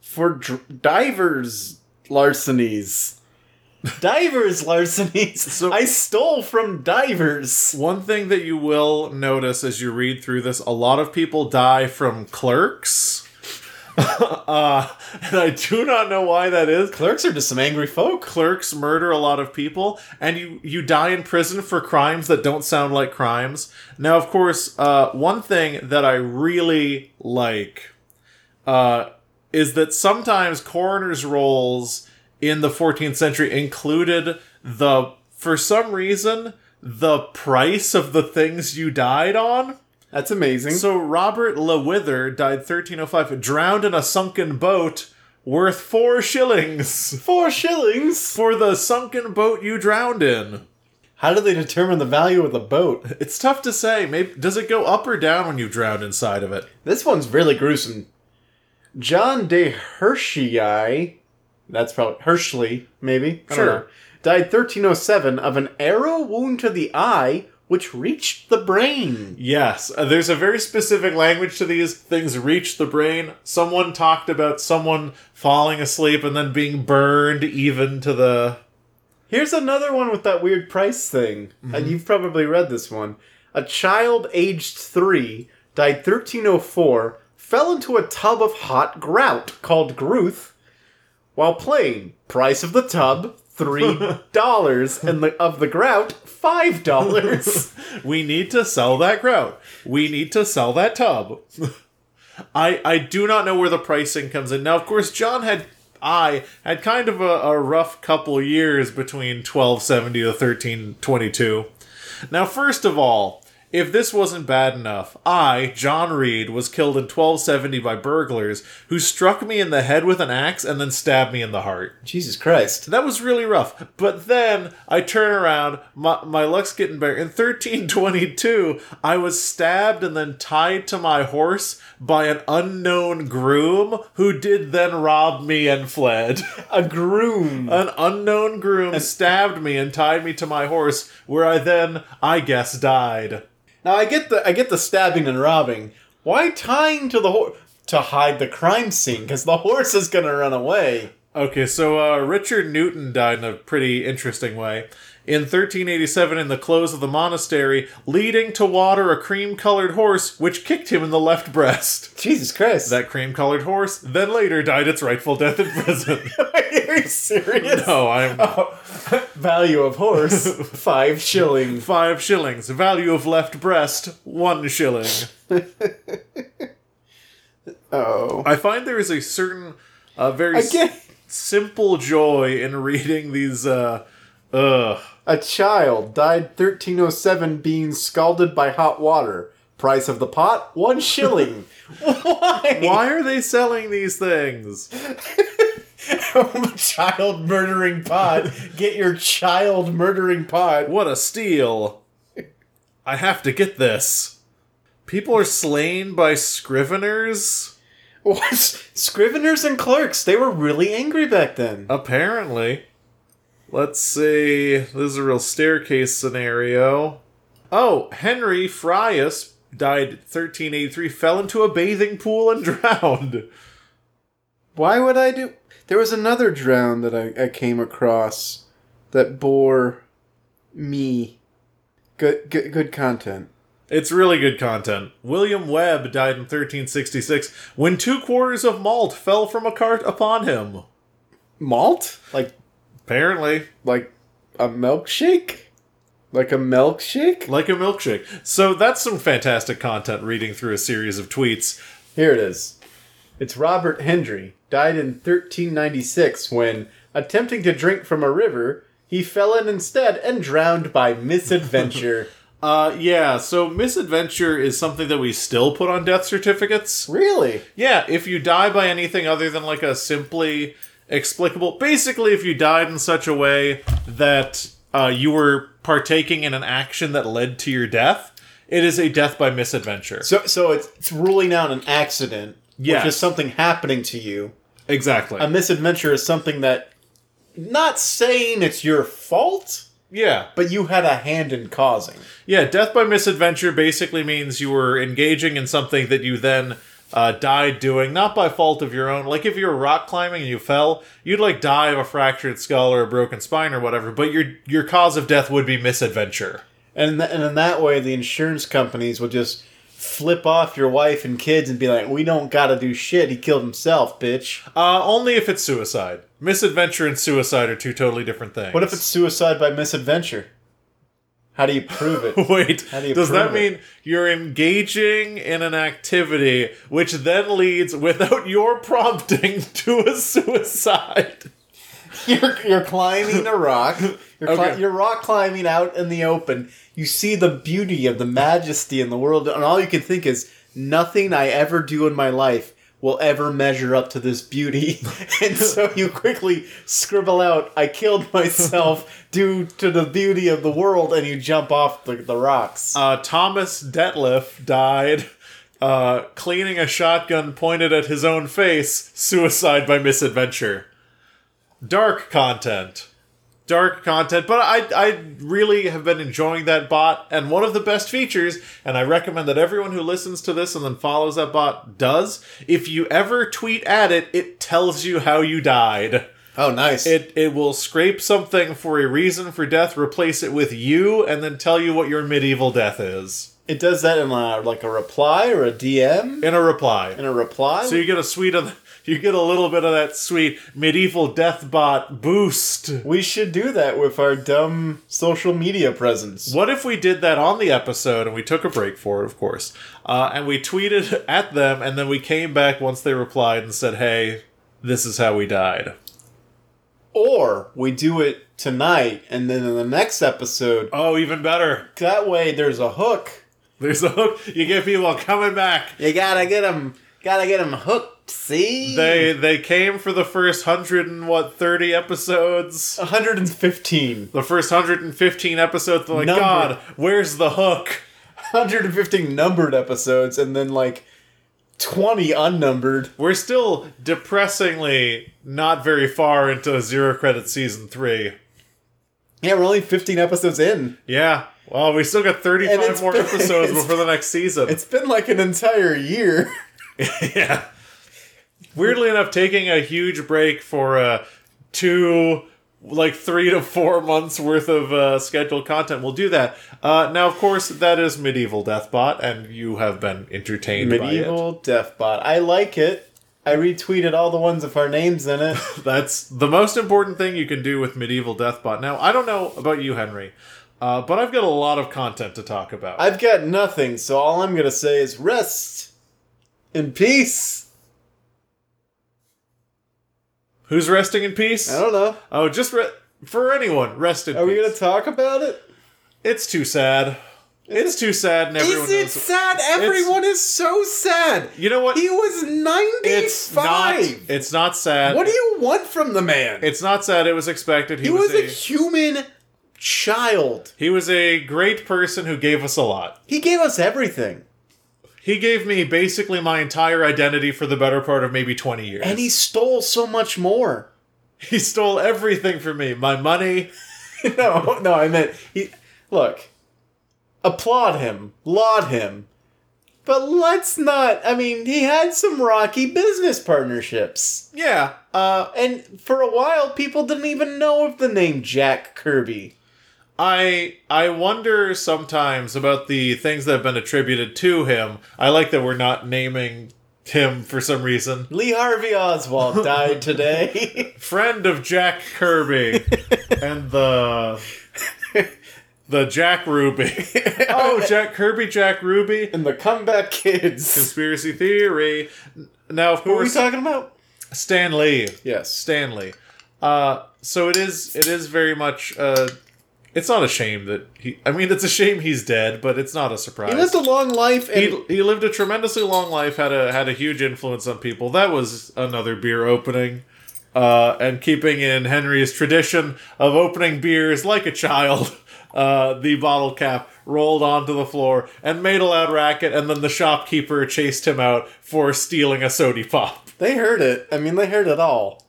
[SPEAKER 3] for dr- divers larcenies. divers larcenies.
[SPEAKER 1] So-
[SPEAKER 3] I stole from divers.
[SPEAKER 1] One thing that you will notice as you read through this, a lot of people die from clerks. uh, and I do not know why that is.
[SPEAKER 3] Clerks are just some angry folk.
[SPEAKER 1] Clerks murder a lot of people, and you, you die in prison for crimes that don't sound like crimes. Now, of course, uh, one thing that I really like uh, is that sometimes coroner's roles in the 14th century included the, for some reason, the price of the things you died on.
[SPEAKER 3] That's amazing.
[SPEAKER 1] So Robert LeWither died 1305, drowned in a sunken boat worth four shillings
[SPEAKER 3] four shillings.
[SPEAKER 1] for the sunken boat you drowned in.
[SPEAKER 3] How do they determine the value of the boat?
[SPEAKER 1] It's tough to say. Maybe does it go up or down when you drown inside of it?
[SPEAKER 3] This one's really gruesome. John de Hershey, that's probably Hershey, maybe. I don't
[SPEAKER 1] Sure.
[SPEAKER 3] know. Died 1307 of an arrow wound to the eye, which reached the brain.
[SPEAKER 1] Yes, uh, there's a very specific language to these. Things reach the brain. Someone talked about someone falling asleep and then being burned even to the.
[SPEAKER 3] Here's another one with that weird price thing. Uh, you've probably read this one. A child aged three died 1304, fell into a tub of hot grout called gruth while playing. Price of the tub, $3, and the, of the grout, $5.
[SPEAKER 1] We need to sell that grout. We need to sell that tub. I I do not know where the pricing comes in. Now, of course, John had I had kind of a, a rough couple years between 1270 to 1322. Now, first of all, if this wasn't bad enough, I, John Reed, was killed in 1270 by burglars who struck me in the head with an axe and then stabbed me in the heart.
[SPEAKER 3] Jesus Christ.
[SPEAKER 1] That was really rough. But then I turn around, my, my luck's getting better. In 1322, I was stabbed and then tied to my horse by an unknown groom who did then rob me and fled.
[SPEAKER 3] A groom.
[SPEAKER 1] an unknown groom stabbed me and tied me to my horse, where I then, I guess, died.
[SPEAKER 3] Now I get the I get the stabbing and robbing. Why tying to the horse to hide the crime scene cuz the horse is going to run away.
[SPEAKER 1] Okay, so uh, Richard Newton died in a pretty interesting way. In 1387, in the close of the monastery, leading to water a cream colored horse, which kicked him in the left breast.
[SPEAKER 3] Jesus Christ.
[SPEAKER 1] That cream colored horse then later died its rightful death in prison.
[SPEAKER 3] Are you serious?
[SPEAKER 1] no, I'm.
[SPEAKER 3] Value of horse, five shillings.
[SPEAKER 1] Five shillings. Value of left breast, one shilling.
[SPEAKER 3] Oh.
[SPEAKER 1] I find there is a certain, uh, very s-
[SPEAKER 3] Again,
[SPEAKER 1] simple joy in reading these, uh, ugh.
[SPEAKER 3] a child died 1307 being scalded by hot water. Price of the pot, one shilling. Why?
[SPEAKER 1] Why are they selling these things?
[SPEAKER 3] child murdering pot. Get your child murdering pot.
[SPEAKER 1] What a steal! I have to get this. People are slain by scriveners?
[SPEAKER 3] What's scriveners and clerks? They were really angry back then.
[SPEAKER 1] Apparently. Let's see. This is a real staircase scenario. Oh, Henry Frias died 1383, fell into a bathing pool and drowned.
[SPEAKER 3] Why would I do? There was another drown that I, I came across that bore me. Good, good, good content.
[SPEAKER 1] It's really good content. William Webb died in 1366 when two quarters of malt fell from a cart upon him.
[SPEAKER 3] Malt? Like,
[SPEAKER 1] Apparently,
[SPEAKER 3] like a milkshake? Like a milkshake?
[SPEAKER 1] like a milkshake. So that's some fantastic content reading through a series of tweets.
[SPEAKER 3] Here it is. It's Robert Hendry, died in 1396 when, attempting to drink from a river, he fell in instead and drowned by misadventure.
[SPEAKER 1] Uh, yeah, so misadventure is something that we still put on death certificates.
[SPEAKER 3] really?
[SPEAKER 1] Yeah, if you die by anything other than like a simply explicable, basically, if you died in such a way that uh, you were partaking in an action that led to your death, it is a death by misadventure.
[SPEAKER 3] So, so it's, it's ruling out an accident,
[SPEAKER 1] Yes.
[SPEAKER 3] which is something happening to you.
[SPEAKER 1] exactly.
[SPEAKER 3] A misadventure is something that, not saying it's your fault,
[SPEAKER 1] yeah.
[SPEAKER 3] but you had a hand in causing.
[SPEAKER 1] Yeah, death by misadventure basically means you were engaging in something that you then uh, died doing, not by fault of your own. Like if you were rock climbing and you fell, you'd like die of a fractured skull or a broken spine or whatever. But your your cause of death would be misadventure.
[SPEAKER 3] And th- and in that way, the insurance companies will just flip off your wife and kids and be like, "We don't gotta do shit. He killed himself, bitch."
[SPEAKER 1] Uh, only if it's suicide. Misadventure and suicide are two totally different things.
[SPEAKER 3] What if it's suicide by misadventure? How do you prove it?
[SPEAKER 1] Wait,
[SPEAKER 3] How do you
[SPEAKER 1] does that
[SPEAKER 3] prove it?
[SPEAKER 1] mean you're engaging in an activity which then leads, without your prompting, to a suicide?
[SPEAKER 3] you're, you're climbing a rock. You're, cli-
[SPEAKER 1] Okay.
[SPEAKER 3] you're rock climbing out in the open. You see the beauty of the majesty in the world, and all you can think is, nothing I ever do in my life will ever measure up to this beauty. and so you quickly scribble out, I killed myself due to the beauty of the world, and you jump off the, the rocks.
[SPEAKER 1] Uh, Thomas Detliff died uh, cleaning a shotgun pointed at his own face, suicide by misadventure. Dark content. Dark content, but I, I really have been enjoying that bot, and one of the best features, and I recommend that everyone who listens to this and then follows that bot does, if you ever tweet at it, it tells you how you died.
[SPEAKER 3] oh, nice.
[SPEAKER 1] It it will scrape something for a reason for death, replace it with you, and then tell you what your medieval death is.
[SPEAKER 3] it does that in uh like a reply or a DM?
[SPEAKER 1] in a reply.
[SPEAKER 3] In a reply?
[SPEAKER 1] So you get a suite of you get a little bit of that sweet medieval death bot boost.
[SPEAKER 3] We should do that with our dumb social media presence.
[SPEAKER 1] What if we did that on the episode and we took a break for it, of course, uh, and we tweeted at them, and then we came back once they replied and said, "Hey, this is how we died."
[SPEAKER 3] Or we do it tonight and then in the next episode.
[SPEAKER 1] Oh, even better.
[SPEAKER 3] That way there's a hook.
[SPEAKER 1] There's a hook. You get people coming back.
[SPEAKER 3] You gotta get them, gotta get them hooked, see?
[SPEAKER 1] They they came for the first hundred and what thirty episodes.
[SPEAKER 3] 115.
[SPEAKER 1] The first hundred and fifteen episodes. They're like,
[SPEAKER 3] Number.
[SPEAKER 1] God, where's the hook?
[SPEAKER 3] 115 numbered episodes and then like 20 unnumbered.
[SPEAKER 1] We're still depressingly not very far into Zero Credit Season 3.
[SPEAKER 3] Yeah, we're only 15 episodes in.
[SPEAKER 1] Yeah. Well, we still got
[SPEAKER 3] And
[SPEAKER 1] 35
[SPEAKER 3] it's
[SPEAKER 1] more
[SPEAKER 3] been-
[SPEAKER 1] episodes
[SPEAKER 3] it's-
[SPEAKER 1] before the next season.
[SPEAKER 3] It's been like an entire year.
[SPEAKER 1] yeah. Weirdly enough, taking a huge break for uh, two, like three to four months worth of uh, scheduled content will do that. Uh, now, of course, that is Medieval Deathbot, and you have been entertained by
[SPEAKER 3] Medieval Deathbot. I like it. I retweeted all the ones with our names in it.
[SPEAKER 1] it. That's the most important thing you can do with Medieval Deathbot. Now, I don't know about you, Henry. Uh, but I've got a lot of content to talk about.
[SPEAKER 3] I've got nothing, so all I'm gonna say is rest in peace.
[SPEAKER 1] Who's resting in peace?
[SPEAKER 3] I don't know.
[SPEAKER 1] Oh, just re- for anyone, rest in
[SPEAKER 3] Are we
[SPEAKER 1] peace.
[SPEAKER 3] gonna talk about it?
[SPEAKER 1] it's too sad. It's too sad, and everyone
[SPEAKER 3] Is it
[SPEAKER 1] knows.
[SPEAKER 3] sad? Everyone is so sad.
[SPEAKER 1] You know what?
[SPEAKER 3] He was
[SPEAKER 1] It's not.
[SPEAKER 3] 95.
[SPEAKER 1] It's not sad.
[SPEAKER 3] What do you want from the man?
[SPEAKER 1] It's not sad. It was expected. He,
[SPEAKER 3] he
[SPEAKER 1] was,
[SPEAKER 3] was a
[SPEAKER 1] a,
[SPEAKER 3] human child.
[SPEAKER 1] he was a great person who gave us a lot.
[SPEAKER 3] He gave us everything.
[SPEAKER 1] He gave me basically my entire identity for the better part of maybe 20 years.
[SPEAKER 3] And he stole so much more.
[SPEAKER 1] he stole everything from me my money.
[SPEAKER 3] no, no, I meant he. Look, applaud him, laud him, but let's not. I mean, he had some rocky business partnerships,
[SPEAKER 1] Yeah.
[SPEAKER 3] uh, and for a while, people didn't even know of the name Jack Kirby.
[SPEAKER 1] I I wonder sometimes about the things that have been attributed to him. I like that we're not naming him for some reason.
[SPEAKER 3] Lee Harvey Oswald died today.
[SPEAKER 1] Friend of Jack Kirby and the the Jack Ruby. oh, Jack Kirby, Jack Ruby.
[SPEAKER 3] and the Comeback Kids.
[SPEAKER 1] Conspiracy theory. Now, of
[SPEAKER 3] Who are we
[SPEAKER 1] course,
[SPEAKER 3] talking about?
[SPEAKER 1] Stan Lee.
[SPEAKER 3] Yes.
[SPEAKER 1] Stanley. Uh, so it is. It is very much. Uh, it's not a shame that he. I mean, it's a shame he's dead, but it's not a surprise.
[SPEAKER 3] He lived a long life and
[SPEAKER 1] he, he lived a tremendously long life had a had a huge influence on people that was another beer opening uh, and keeping in henry's tradition of opening beers like a child uh, the bottle cap rolled onto the floor and made a loud racket and then the shopkeeper chased him out for stealing a sody pop
[SPEAKER 3] they heard it. I mean, they heard it all.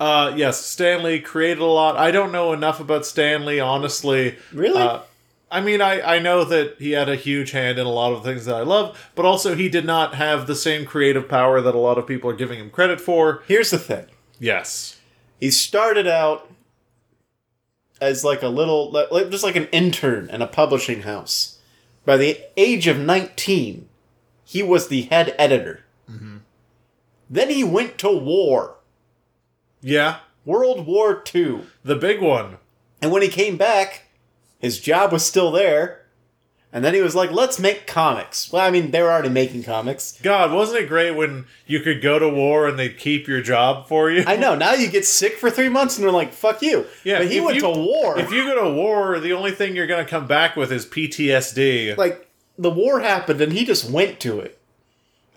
[SPEAKER 1] uh, yes stanley created a lot i don't know enough about stanley honestly
[SPEAKER 3] Really?
[SPEAKER 1] uh, I mean, I, I know that he had a huge hand in a lot of the things that I love, but also he did not have the same creative power that a lot of people are giving him credit for.
[SPEAKER 3] Here's the thing.
[SPEAKER 1] Yes.
[SPEAKER 3] he started out as like a little like just like an intern in a publishing house by the age of 19 he was the head editor then he went to war
[SPEAKER 1] Yeah.
[SPEAKER 3] world war ii
[SPEAKER 1] The big one.
[SPEAKER 3] and when he came back his job was still there and then he was like let's make comics well i mean they were already making comics
[SPEAKER 1] God, wasn't it great when you could go to war and they'd keep your job for you?
[SPEAKER 3] i know now you get sick for three months and they're like fuck you
[SPEAKER 1] Yeah,
[SPEAKER 3] but he
[SPEAKER 1] if
[SPEAKER 3] went
[SPEAKER 1] you-
[SPEAKER 3] to war
[SPEAKER 1] if you go to war, the only thing you're going to come back with is PTSD.
[SPEAKER 3] like the war happened and he just went to it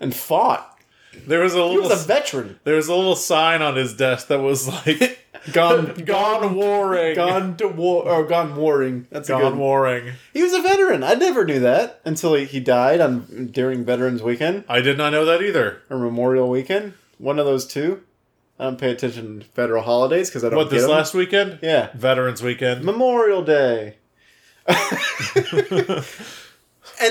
[SPEAKER 3] and fought.
[SPEAKER 1] there was a
[SPEAKER 3] He
[SPEAKER 1] little
[SPEAKER 3] was a veteran.
[SPEAKER 1] there was a little sign on his desk that was like
[SPEAKER 3] Gone
[SPEAKER 1] gone warring.
[SPEAKER 3] gone to war or gone warring. That's a good
[SPEAKER 1] gone
[SPEAKER 3] war.
[SPEAKER 1] warring.
[SPEAKER 3] He was a veteran. I never knew that until he, he died on during Veterans Weekend
[SPEAKER 1] I did not know that either.
[SPEAKER 3] or Memorial Weekend. One of those two. I don't pay attention to federal holidays because I don't.
[SPEAKER 1] What
[SPEAKER 3] get
[SPEAKER 1] this
[SPEAKER 3] 'em.
[SPEAKER 1] last weekend?
[SPEAKER 3] Yeah,
[SPEAKER 1] Veterans Weekend.
[SPEAKER 3] Memorial Day. and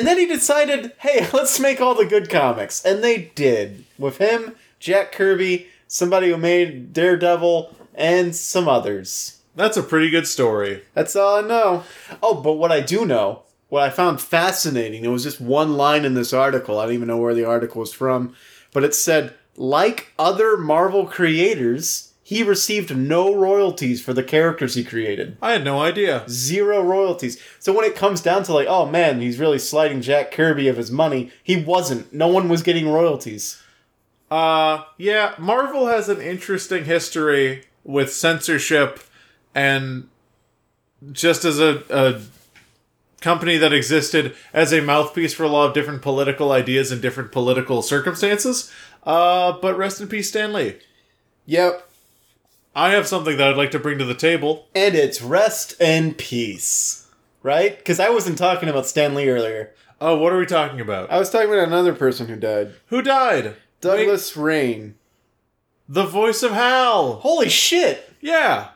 [SPEAKER 3] then he decided, hey, let's make all the good comics. And they did. With him, Jack Kirby, somebody who made Daredevil, and some others.
[SPEAKER 1] That's a pretty good story.
[SPEAKER 3] That's all I know. Oh, but what I do know, what I found fascinating, it was just one line in this article. I don't even know where the article was from, but it said, like other Marvel creators, he received no royalties for the characters he created
[SPEAKER 1] I had no idea.
[SPEAKER 3] zero royalties. So when it comes down to like, oh man, he's really slighting Jack Kirby of his money, he wasn't. No one was getting royalties.
[SPEAKER 1] Uh yeah, Marvel has an interesting history with censorship and just as a, a company that existed as a mouthpiece for a lot of different political ideas and different political circumstances. Uh but rest in peace Stanley.
[SPEAKER 3] Yep.
[SPEAKER 1] I have something that I'd like to bring to the table.
[SPEAKER 3] And it's rest in peace. Right? Because I wasn't talking about Stan Lee earlier.
[SPEAKER 1] Oh, what are we talking about?
[SPEAKER 3] I was talking about another person who died.
[SPEAKER 1] Who died? Wait,
[SPEAKER 3] Douglas Rain.
[SPEAKER 1] the voice of Hal.
[SPEAKER 3] Holy shit!
[SPEAKER 1] Yeah.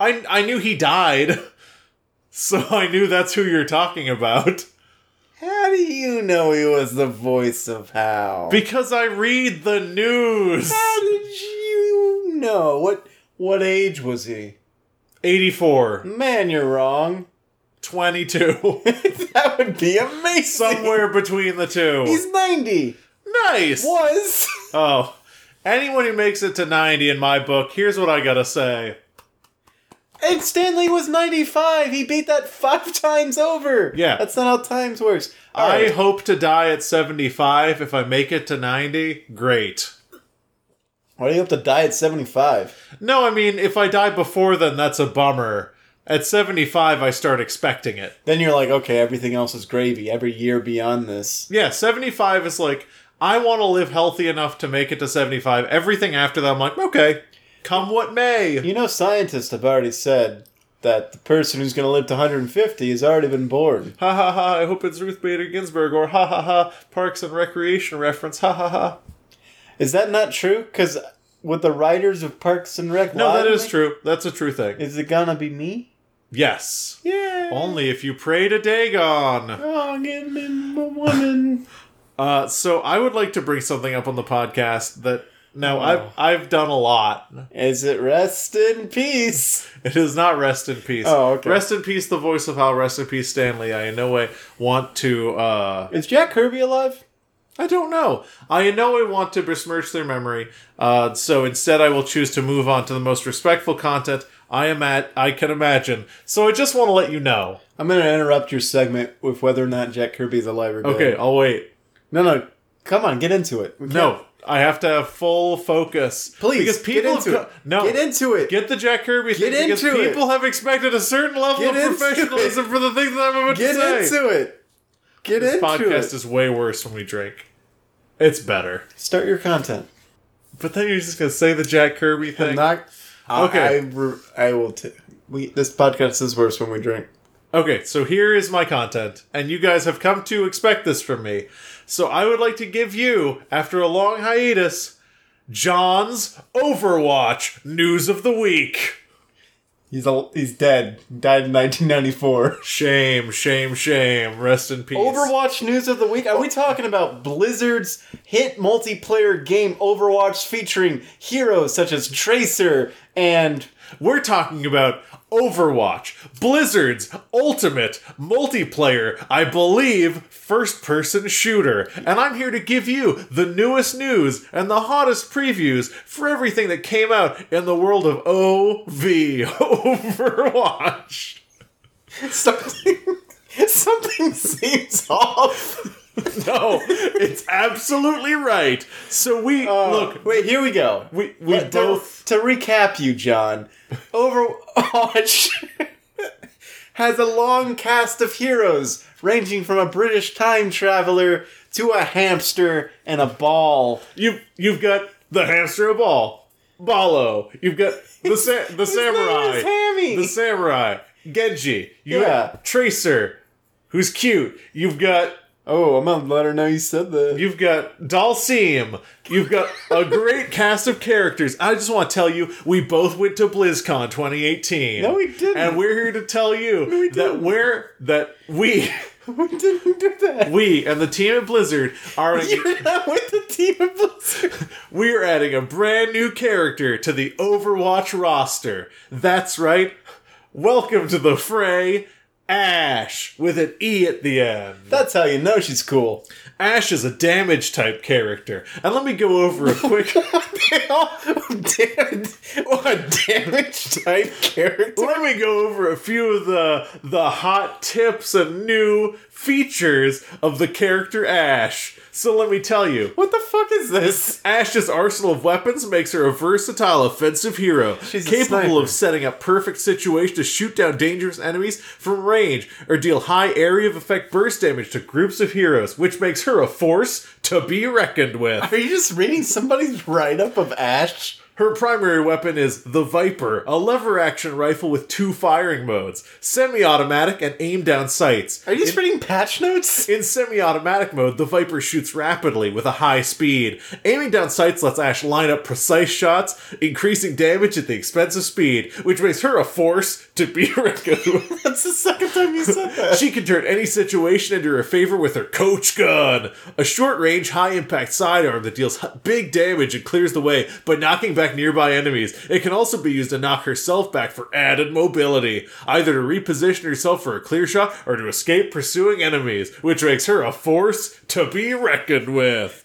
[SPEAKER 1] I I knew he died. So I knew that's who you're talking about
[SPEAKER 3] How do you know he was the voice of Hal?
[SPEAKER 1] because I read the news.
[SPEAKER 3] How did you know? What what age was he?
[SPEAKER 1] 84,
[SPEAKER 3] Man, you're wrong.
[SPEAKER 1] 22,
[SPEAKER 3] that would be amazing.
[SPEAKER 1] somewhere between the two.
[SPEAKER 3] He's 90.
[SPEAKER 1] Nice.
[SPEAKER 3] Was.
[SPEAKER 1] Oh. Anyone who makes it to 90 in my book, here's what I got to say.
[SPEAKER 3] And Stanley was 95. He beat that five times over.
[SPEAKER 1] Yeah.
[SPEAKER 3] That's not how times works. All
[SPEAKER 1] I
[SPEAKER 3] right.
[SPEAKER 1] hope to die at 75 if I make it to 90. Great.
[SPEAKER 3] Why do you have to die at 75?
[SPEAKER 1] No, I mean if I die before then that's a bummer. At 75 I start expecting it.
[SPEAKER 3] Then you're like, okay, everything else is gravy. Every year beyond this.
[SPEAKER 1] Yeah, 75 is like, I want to live healthy enough to make it to 75. Everything after that, I'm like, okay, come what may.
[SPEAKER 3] You know, scientists have already said that the person who's going to live to 150 has already been born.
[SPEAKER 1] Ha ha ha, I hope it's Ruth Bader Ginsburg, or ha ha ha, Parks and Recreation reference, ha ha ha.
[SPEAKER 3] Is that not true? Because with the writers of Parks and Rec,
[SPEAKER 1] No, that
[SPEAKER 3] lying to
[SPEAKER 1] is
[SPEAKER 3] me,
[SPEAKER 1] true. That's a true thing.
[SPEAKER 3] Is it gonna be me?
[SPEAKER 1] Yes.
[SPEAKER 3] Yeah.
[SPEAKER 1] Only if you pray to Dagon.
[SPEAKER 3] Wrong in a woman.
[SPEAKER 1] Uh, so I would like to bring something up on the podcast that
[SPEAKER 3] Oh,
[SPEAKER 1] now I've I've done a lot.
[SPEAKER 3] Is it rest in peace?
[SPEAKER 1] It is not rest in peace.
[SPEAKER 3] Oh, okay.
[SPEAKER 1] Rest in peace, the voice of Hal. Rest in peace, Stanley. I in no way want to. uh
[SPEAKER 3] Is Jack Kirby alive?
[SPEAKER 1] I don't know. I in no way want to besmirch their memory. Uh, so instead, I will choose to move on to the most respectful content I am at. I can imagine. So I just want to let you know.
[SPEAKER 3] I'm gonna interrupt your segment with whether or not Jack Kirby's alive or dead.
[SPEAKER 1] Okay, I'll wait.
[SPEAKER 3] No, no. Come on, get into it. We can't-
[SPEAKER 1] No, I have to have full focus.
[SPEAKER 3] Please
[SPEAKER 1] because people
[SPEAKER 3] get into
[SPEAKER 1] have
[SPEAKER 3] it.
[SPEAKER 1] co- no
[SPEAKER 3] Get into it.
[SPEAKER 1] Get the Jack Kirby thing
[SPEAKER 3] Get
[SPEAKER 1] because
[SPEAKER 3] into it.
[SPEAKER 1] people have expected a certain level
[SPEAKER 3] Get
[SPEAKER 1] of
[SPEAKER 3] into
[SPEAKER 1] professionalism for the things that I'm about to
[SPEAKER 3] Get
[SPEAKER 1] say.
[SPEAKER 3] into it. Get
[SPEAKER 1] this
[SPEAKER 3] into
[SPEAKER 1] podcast
[SPEAKER 3] it.
[SPEAKER 1] is way worse when we drink. It's better.
[SPEAKER 3] Start your content.
[SPEAKER 1] But then you're just gonna say the Jack Kirby
[SPEAKER 3] I'm
[SPEAKER 1] thing.
[SPEAKER 3] not. I-
[SPEAKER 1] Okay.
[SPEAKER 3] I, re- I will. T- we this podcast is worse when we drink.
[SPEAKER 1] okay, so here is my content, and you guys have come to expect this from me. So I would like to give you, after a long hiatus, John's Overwatch news of the week.
[SPEAKER 3] He's al- he's dead. Died in 1994.
[SPEAKER 1] Shame, shame, shame. Rest in peace.
[SPEAKER 3] Overwatch news of the week. Are we talking about Blizzard's hit multiplayer game Overwatch featuring heroes such as Tracer and
[SPEAKER 1] We're talking about Overwatch, Blizzard's ultimate multiplayer, I believe, first person shooter. And I'm here to give you the newest news and the hottest previews for everything that came out in the world of OV, Overwatch.
[SPEAKER 3] something? something seems off.
[SPEAKER 1] No, it's absolutely right. So we,
[SPEAKER 3] Uh,
[SPEAKER 1] look,
[SPEAKER 3] Wait, here we go.
[SPEAKER 1] we, we
[SPEAKER 3] Uh, to-
[SPEAKER 1] both.
[SPEAKER 3] To, recap, you John, Overwatch has a long cast of heroes ranging from a British time traveler to a hamster and a ball.
[SPEAKER 1] You you've got the hamster of ball, Balo. You've got the sa- the samurai,
[SPEAKER 3] name is Hammy.
[SPEAKER 1] the samurai, Genji. You
[SPEAKER 3] Yeah.
[SPEAKER 1] got Tracer, who's cute. You've got
[SPEAKER 3] Oh, I'm gonna let her know you said that.
[SPEAKER 1] you've got Dalsim. You've got a great cast of characters. I just want to tell you, we both went to BlizzCon 2018.
[SPEAKER 3] No, we didn't.
[SPEAKER 1] And we're here to tell you that
[SPEAKER 3] didn't.
[SPEAKER 1] we're that we
[SPEAKER 3] We didn't do that.
[SPEAKER 1] we and the team at Blizzard are
[SPEAKER 3] You're not with the team of Blizzard.
[SPEAKER 1] We are adding a brand new character to the Overwatch roster. That's right. Welcome to the fray, Ash, with an E at the end.
[SPEAKER 3] That's how you know she's cool.
[SPEAKER 1] Ash is a damage type character. And let me go over a quick
[SPEAKER 3] Damn, what a damage type character.
[SPEAKER 1] let me go over a few of the the hot tips and new features of the character Ash. So let me tell you.
[SPEAKER 3] What the fuck is this?
[SPEAKER 1] Ash's arsenal of weapons makes her a versatile offensive hero,
[SPEAKER 3] She's a
[SPEAKER 1] capable
[SPEAKER 3] sniper.
[SPEAKER 1] of setting up perfect situations to shoot down dangerous enemies from range or deal high area of effect burst damage to groups of heroes, which makes her a force to be reckoned with.
[SPEAKER 3] Are you just reading somebody's write up of Ash?
[SPEAKER 1] Her primary weapon is the Viper, a lever action rifle with two firing modes semi automatic and aim down sights.
[SPEAKER 3] Are you just reading patch notes?
[SPEAKER 1] In semi automatic mode, the Viper shoots rapidly with a high speed. Aiming down sights lets Ash line up precise shots, increasing damage at the expense of speed, which makes her a force to be reckoned with.
[SPEAKER 3] That's the second time you said that.
[SPEAKER 1] She can turn any situation into her favor with her coach gun, a short range, high impact sidearm that deals h- big damage and clears the way by knocking back nearby enemies. It can also be used to knock herself back for added mobility, either to reposition herself for a clear shot or to escape pursuing enemies, which makes her a force to be reckoned with.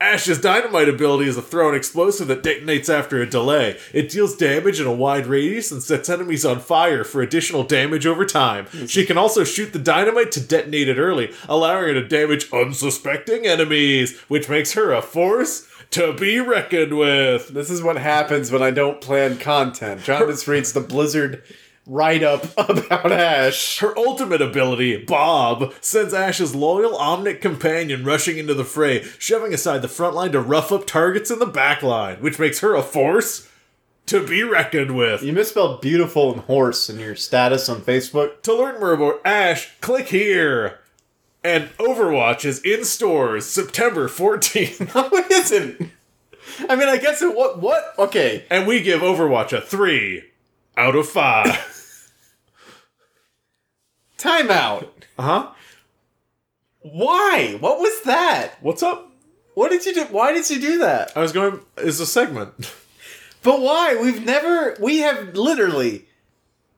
[SPEAKER 1] Ash's dynamite ability is a thrown explosive that detonates after a delay. It deals damage in a wide radius and sets enemies on fire for additional damage over time. She can also shoot the dynamite to detonate it early, allowing her to damage unsuspecting enemies, which makes her a force to be reckoned with.
[SPEAKER 3] This is what happens when I don't plan content. John just reads the Blizzard write up about Ash.
[SPEAKER 1] Her ultimate ability, Bob, sends Ash's loyal, omnic companion rushing into the fray, shoving aside the front line to rough up targets in the back line, which makes her a force to be reckoned with.
[SPEAKER 3] You misspelled beautiful and horse in your status on Facebook.
[SPEAKER 1] To learn more about Ash, click here. And Overwatch is in stores September 14th.
[SPEAKER 3] No, it isn't. I mean, I guess it. What? What? Okay.
[SPEAKER 1] And we give Overwatch a 3 out of 5.
[SPEAKER 3] Timeout.
[SPEAKER 1] huh?
[SPEAKER 3] Why? What was that?
[SPEAKER 1] What's up?
[SPEAKER 3] What did you do? Why did you do that?
[SPEAKER 1] I was going, is a segment.
[SPEAKER 3] But why? We've never. We have literally,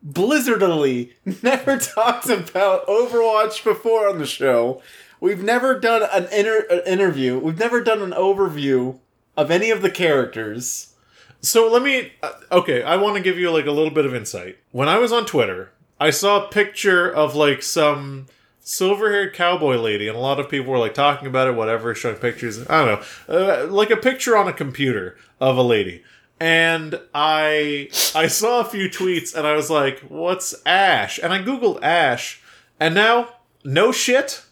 [SPEAKER 3] blizzardily, never talked about Overwatch before on the show. We've never done an, inter- an interview. We've never done an overview of any of the characters.
[SPEAKER 1] So let me. uh, Okay, I want to give you like a little bit of insight. When I was on Twitter, I saw a picture of like some silver-haired cowboy lady, and a lot of people were like talking about it, whatever, showing pictures. I don't know, uh, like a picture on a computer of a lady. And I I saw a few tweets, and I was like, "What's Ash?" And I googled Ash, and now no shit.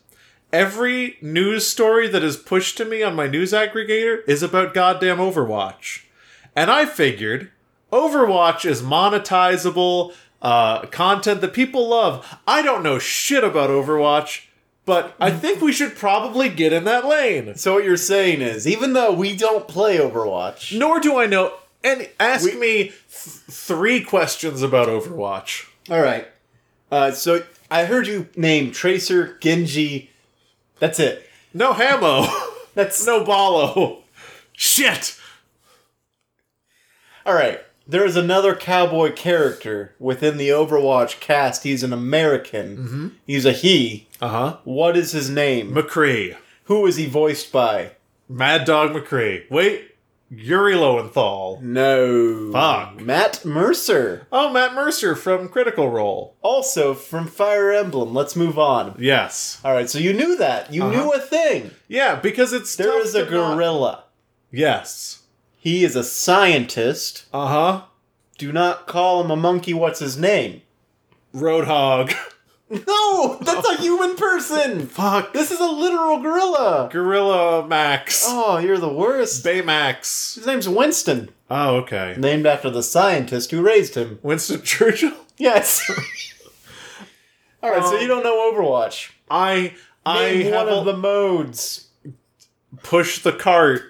[SPEAKER 1] Every news story that is pushed to me on my news aggregator is about goddamn Overwatch. And I figured Overwatch is monetizable uh, content that people love. I don't know shit about Overwatch, but I think we should probably get in that lane.
[SPEAKER 3] So what you're saying is, even though we don't play Overwatch,
[SPEAKER 1] Nor do I know. And ask
[SPEAKER 3] We-
[SPEAKER 1] me th- three questions about Overwatch.
[SPEAKER 3] All right. Uh, so I heard you name Tracer, Genji. That's it.
[SPEAKER 1] No Hamo.
[SPEAKER 3] That's
[SPEAKER 1] no Balo. Shit.
[SPEAKER 3] all right. There is another cowboy character within the Overwatch cast. He's an American. He's a he.
[SPEAKER 1] Uh huh.
[SPEAKER 3] What is his name?
[SPEAKER 1] McCree.
[SPEAKER 3] Who is he voiced by?
[SPEAKER 1] Mad Dog McCree. Wait. Yuri Lowenthal.
[SPEAKER 3] No.
[SPEAKER 1] Fuck.
[SPEAKER 3] Matt Mercer.
[SPEAKER 1] Oh, Matt Mercer from Critical Role.
[SPEAKER 3] Also from Fire Emblem. Let's move on.
[SPEAKER 1] Yes.
[SPEAKER 3] All right. So you knew that. You knew a thing.
[SPEAKER 1] Yeah, because it's
[SPEAKER 3] There
[SPEAKER 1] tough
[SPEAKER 3] is a
[SPEAKER 1] to not-
[SPEAKER 3] gorilla.
[SPEAKER 1] Yes.
[SPEAKER 3] He is a scientist.
[SPEAKER 1] Uh huh.
[SPEAKER 3] Do not call him a monkey. What's his name?
[SPEAKER 1] Roadhog.
[SPEAKER 3] No, that's a human person.
[SPEAKER 1] Fuck.
[SPEAKER 3] This is a literal gorilla.
[SPEAKER 1] Gorilla Max.
[SPEAKER 3] Oh, you're the worst.
[SPEAKER 1] Baymax.
[SPEAKER 3] His name's Winston,
[SPEAKER 1] Oh, okay.
[SPEAKER 3] named after the scientist who raised him.
[SPEAKER 1] Winston Churchill.
[SPEAKER 3] Yes. All right, so
[SPEAKER 1] Um,
[SPEAKER 3] you don't know Overwatch.
[SPEAKER 1] I I
[SPEAKER 3] Name
[SPEAKER 1] have
[SPEAKER 3] one of
[SPEAKER 1] a-
[SPEAKER 3] the modes.
[SPEAKER 1] push the cart.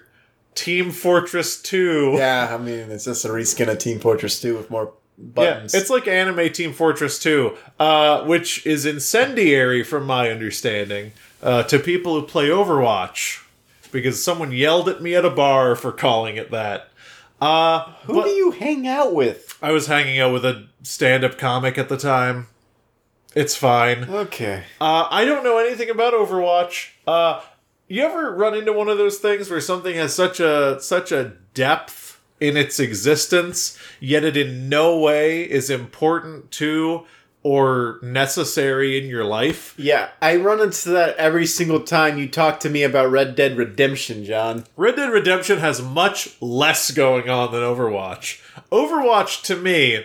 [SPEAKER 1] Team Fortress Two.
[SPEAKER 3] Yeah, I mean it's just a reskin of Team Fortress 2 with more
[SPEAKER 1] Yeah,
[SPEAKER 3] buttons.
[SPEAKER 1] it's like anime Team Fortress 2, uh, which is incendiary from my understanding uh, to people who play Overwatch because someone yelled at me at a bar for calling it that. Uh,
[SPEAKER 3] who
[SPEAKER 1] but-
[SPEAKER 3] do you hang out with?
[SPEAKER 1] I was hanging out with a stand up comic at the time. It's fine.
[SPEAKER 3] Okay.
[SPEAKER 1] Uh, I don't know anything about Overwatch. Uh, you ever run into one of those things where something has such a such a depth in its existence, yet it in no way is important to or necessary in your life?
[SPEAKER 3] Yeah, I run into that every single time you talk to me about Red Dead Redemption, John.
[SPEAKER 1] Red Dead Redemption has much less going on than Overwatch. Overwatch to me,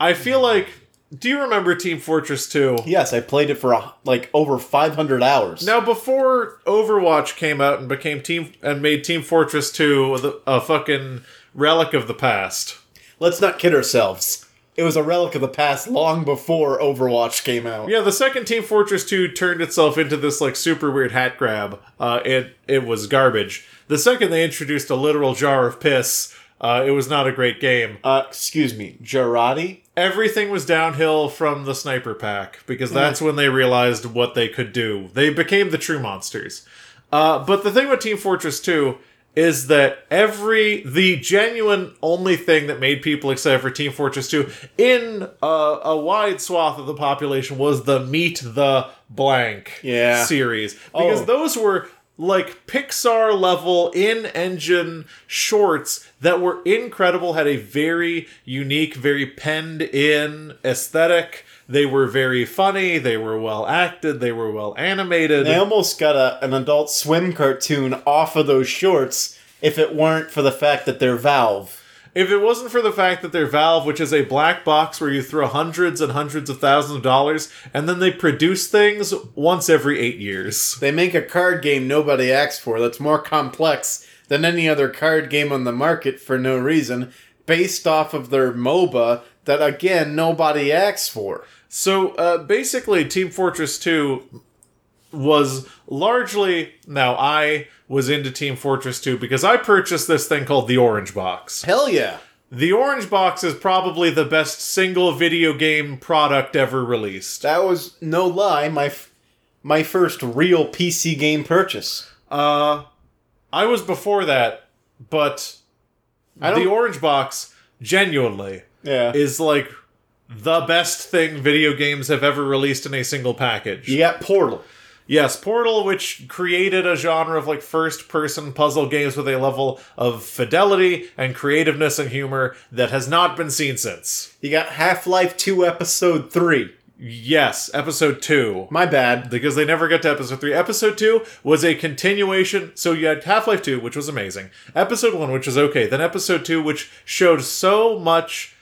[SPEAKER 1] I feel like. Do you remember Team Fortress 2?
[SPEAKER 3] Yes, I played it for a, like over 500 hours.
[SPEAKER 1] Now, before Overwatch came out and became Team and made Team Fortress Two the- a fucking relic of the past,
[SPEAKER 3] Let's not kid ourselves. It was a relic of the past long before Overwatch came out.
[SPEAKER 1] yeah, the second Team Fortress Two turned itself into this like super weird hat grab. Uh, it it was garbage. The second they introduced a literal jar of piss, uh, it was not a great game.
[SPEAKER 3] Uh, excuse me, Gerardi?
[SPEAKER 1] Everything was downhill from the sniper pack because that's when they realized what they could do. They became the true monsters. Uh, but the thing with Team Fortress 2 is that every the genuine only thing that made people excited for Team Fortress 2 in a, a wide swath of the population was the Meet the Blank
[SPEAKER 3] Yeah.
[SPEAKER 1] series because
[SPEAKER 3] Oh.
[SPEAKER 1] those were like Pixar level in engine shorts that were incredible, had a very unique, very penned in aesthetic. They were very funny, they were well acted, they were well animated.
[SPEAKER 3] They almost got a, an adult swim cartoon off of those shorts if it weren't for the fact that they're Valve.
[SPEAKER 1] If it wasn't for the fact that their Valve, which is a black box where you throw hundreds and hundreds of thousands of dollars, and then they produce things once every eight years.
[SPEAKER 3] They make a card game nobody asks for that's more complex than any other card game on the market for no reason, based off of their MOBA that again nobody asks for.
[SPEAKER 1] So uh, basically, Team Fortress 2 was largely. Now, I was into Team Fortress 2 because I purchased this thing called the Orange Box.
[SPEAKER 3] Hell yeah.
[SPEAKER 1] The Orange Box is probably the best single video game product ever released.
[SPEAKER 3] That was no lie, my f- my first real PC game purchase.
[SPEAKER 1] Uh, I was before that, but
[SPEAKER 3] I don't
[SPEAKER 1] the Orange Box, genuinely,
[SPEAKER 3] Yeah.
[SPEAKER 1] is like the best thing video games have ever released in a single package.
[SPEAKER 3] you got Portal.
[SPEAKER 1] Yes, Portal, which created a genre of like first person puzzle games with a level of fidelity and creativeness and humor that has not been seen since.
[SPEAKER 3] You got Half-Life 2 episode 3.
[SPEAKER 1] Yes, episode 2.
[SPEAKER 3] My bad.
[SPEAKER 1] Because they never get to episode 3. Episode 2 was a continuation. So you had Half Life 2, which was amazing. Episode 1, which was okay. Then episode 2, which showed so much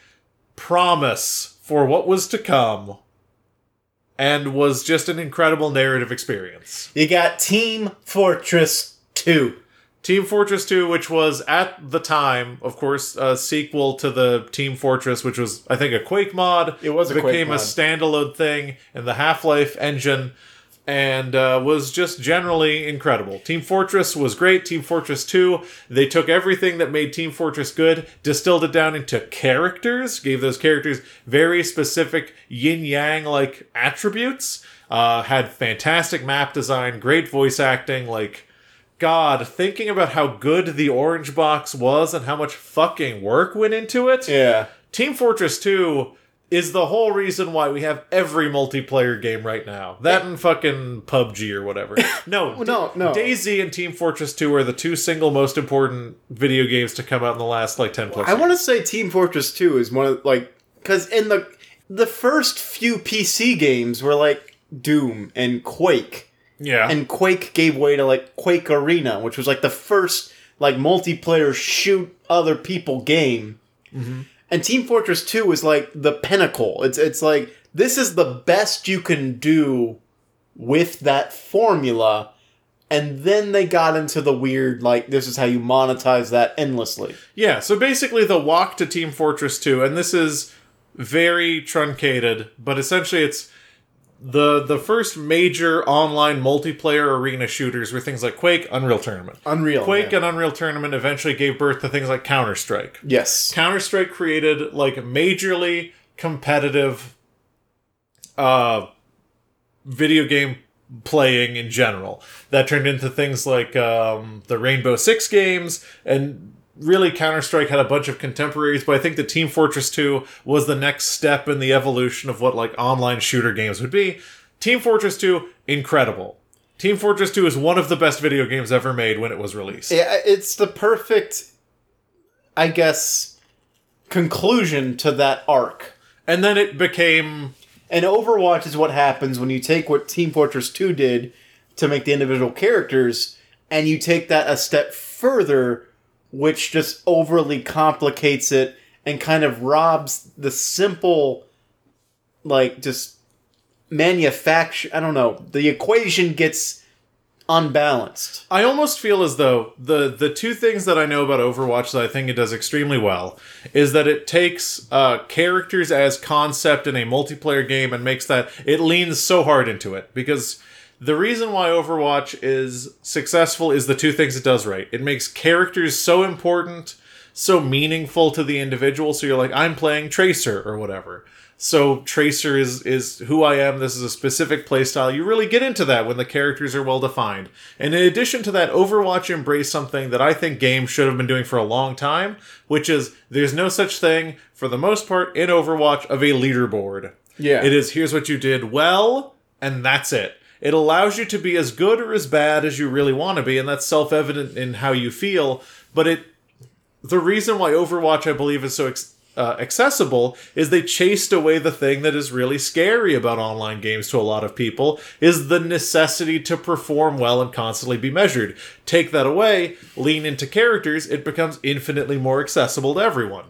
[SPEAKER 1] promise for what was to come and was just an incredible narrative experience.
[SPEAKER 3] You got Team Fortress 2.
[SPEAKER 1] Team Fortress 2, which was at the time, of course, a sequel to the Team Fortress, which was, I think, a Quake mod.
[SPEAKER 3] It was a Quake
[SPEAKER 1] became
[SPEAKER 3] mod.
[SPEAKER 1] a standalone thing in the Half Life engine, and uh, was just generally incredible. Team Fortress was great. Team Fortress 2, they took everything that made Team Fortress good, distilled it down into characters, gave those characters very specific yin yang like attributes, uh, had fantastic map design, great voice acting, like. God, thinking about how good the orange box was and how much fucking work went into it,
[SPEAKER 3] Yeah.
[SPEAKER 1] Team Fortress 2 is the whole reason why we have every multiplayer game right now. That and fucking PUBG or whatever. No,
[SPEAKER 3] No, no.
[SPEAKER 1] Daisy and Team Fortress 2 are the two single most important video games to come out in the last like 10 plus
[SPEAKER 3] I
[SPEAKER 1] years.
[SPEAKER 3] want to say Team Fortress 2 is one of like cuz in the the first few PC games were like Doom and Quake.
[SPEAKER 1] yeah.
[SPEAKER 3] and Quake gave way to like Quake Arena, which was like the first like multiplayer shoot other people game. Mm-hmm. And Team Fortress Two was like the pinnacle. It's it's like this is the best you can do with that formula. And then they got into the weird like this is how you monetize that endlessly.
[SPEAKER 1] Yeah, so basically the walk to Team Fortress 2, and this is very truncated, but essentially it's the the first major online multiplayer arena shooters were things like Quake, Unreal Tournament.
[SPEAKER 3] Unreal.
[SPEAKER 1] Quake
[SPEAKER 3] Oh,
[SPEAKER 1] uh,
[SPEAKER 3] yeah.
[SPEAKER 1] and Unreal Tournament eventually gave birth to things like Counter Strike.
[SPEAKER 3] yes.
[SPEAKER 1] Counter Strike created like majorly competitive uh video game playing in general. That turned into things like um the Rainbow Six games and really Counter Strike had a bunch of contemporaries, but I think the Team Fortress 2 was the next step in the evolution of what like online shooter games would be. Team Fortress 2 incredible. Team Fortress 2 is one of the best video games ever made when it was released.
[SPEAKER 3] Yeah, it's the perfect I guess conclusion to that arc.
[SPEAKER 1] And then it became
[SPEAKER 3] And Overwatch is what happens when you take what Team Fortress 2 did to make the individual characters and you take that a step further, which just overly complicates it and kind of robs the simple, like, just manufacture. I don't know. The equation gets unbalanced.
[SPEAKER 1] I almost feel as though the the two things that I know about Overwatch that I think it does extremely well is that it takes uh, characters as concept in a multiplayer game and makes that it leans so hard into it because the reason why Overwatch is successful is the two things it does right. It makes characters so important, so meaningful to the individual. So you're like, I'm playing Tracer or whatever. So Tracer is is who I am. This is a specific playstyle. You really get into that when the characters are well defined. And in addition to that, Overwatch embraced something that I think games should have been doing for a long time, which is there's no such thing for the most part in Overwatch of a leaderboard.
[SPEAKER 3] Yeah.
[SPEAKER 1] It is here's what you did well, and that's it. It allows you to be as good or as bad as you really want to be, and that's self evident in how you feel. But it the reason why Overwatch, I believe, is so ex- uh, accessible is they chased away the thing that is really scary about online games to a lot of people is the necessity to perform well and constantly be measured. Take that away, lean into characters, it becomes infinitely more accessible to everyone.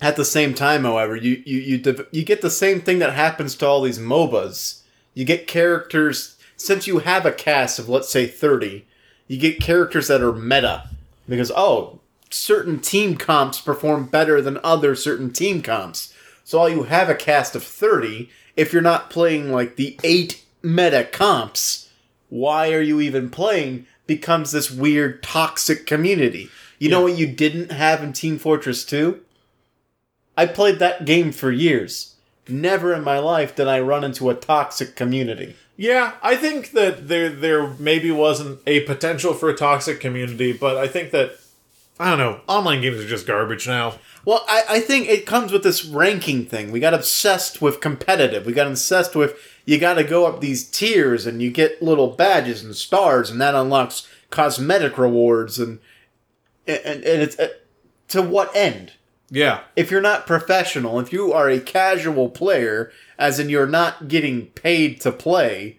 [SPEAKER 3] At the same time, however, you you you, div- you get the same thing that happens to all these MOBAs. You get characters since you have a cast of let's say thirty, you get characters that are meta because oh, certain team comps perform better than other certain team comps. So all you have a cast of 30. If you're not playing like the eight meta comps, why are you even playing? Becomes this weird toxic community. You know what you didn't have in Team Fortress 2? I played that game for years. Never in my life did I run into a toxic community.
[SPEAKER 1] Yeah, I think that there there maybe wasn't a potential for a toxic community, but I think that I don't know. Online games are just garbage now.
[SPEAKER 3] Well, I, I think it comes with this ranking thing. We got obsessed with competitive. We got obsessed with you got to go up these tiers and you get little badges and stars, and that unlocks cosmetic rewards. And and, and it's uh, to what end?
[SPEAKER 1] Yeah,
[SPEAKER 3] If you're not professional, if you are a casual player, as in you're not getting paid to play,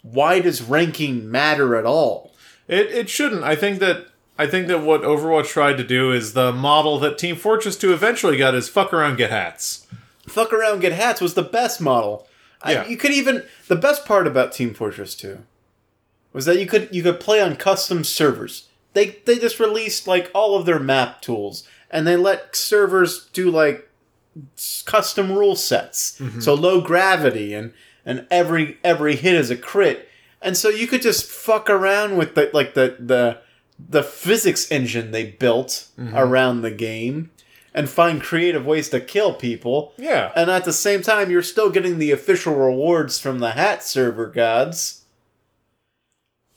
[SPEAKER 3] why does ranking matter at all?
[SPEAKER 1] it it shouldn't. I think that I think that what Overwatch tried to do is the model that Team Fortress 2 eventually got is fuck around get hats.
[SPEAKER 3] fuck around get hats was the best model.
[SPEAKER 1] Yeah.
[SPEAKER 3] I, you could even the best part about Team Fortress 2 was that you could you could play on custom servers. They they just released like all of their map tools and they let servers do like s- custom rule sets. So low gravity and and every every hit is a crit. And so you could just fuck around with the like the the the physics engine they built around the game and find creative ways to kill people.
[SPEAKER 1] Yeah.
[SPEAKER 3] And at the same time, you're still getting the official rewards from the hat server gods.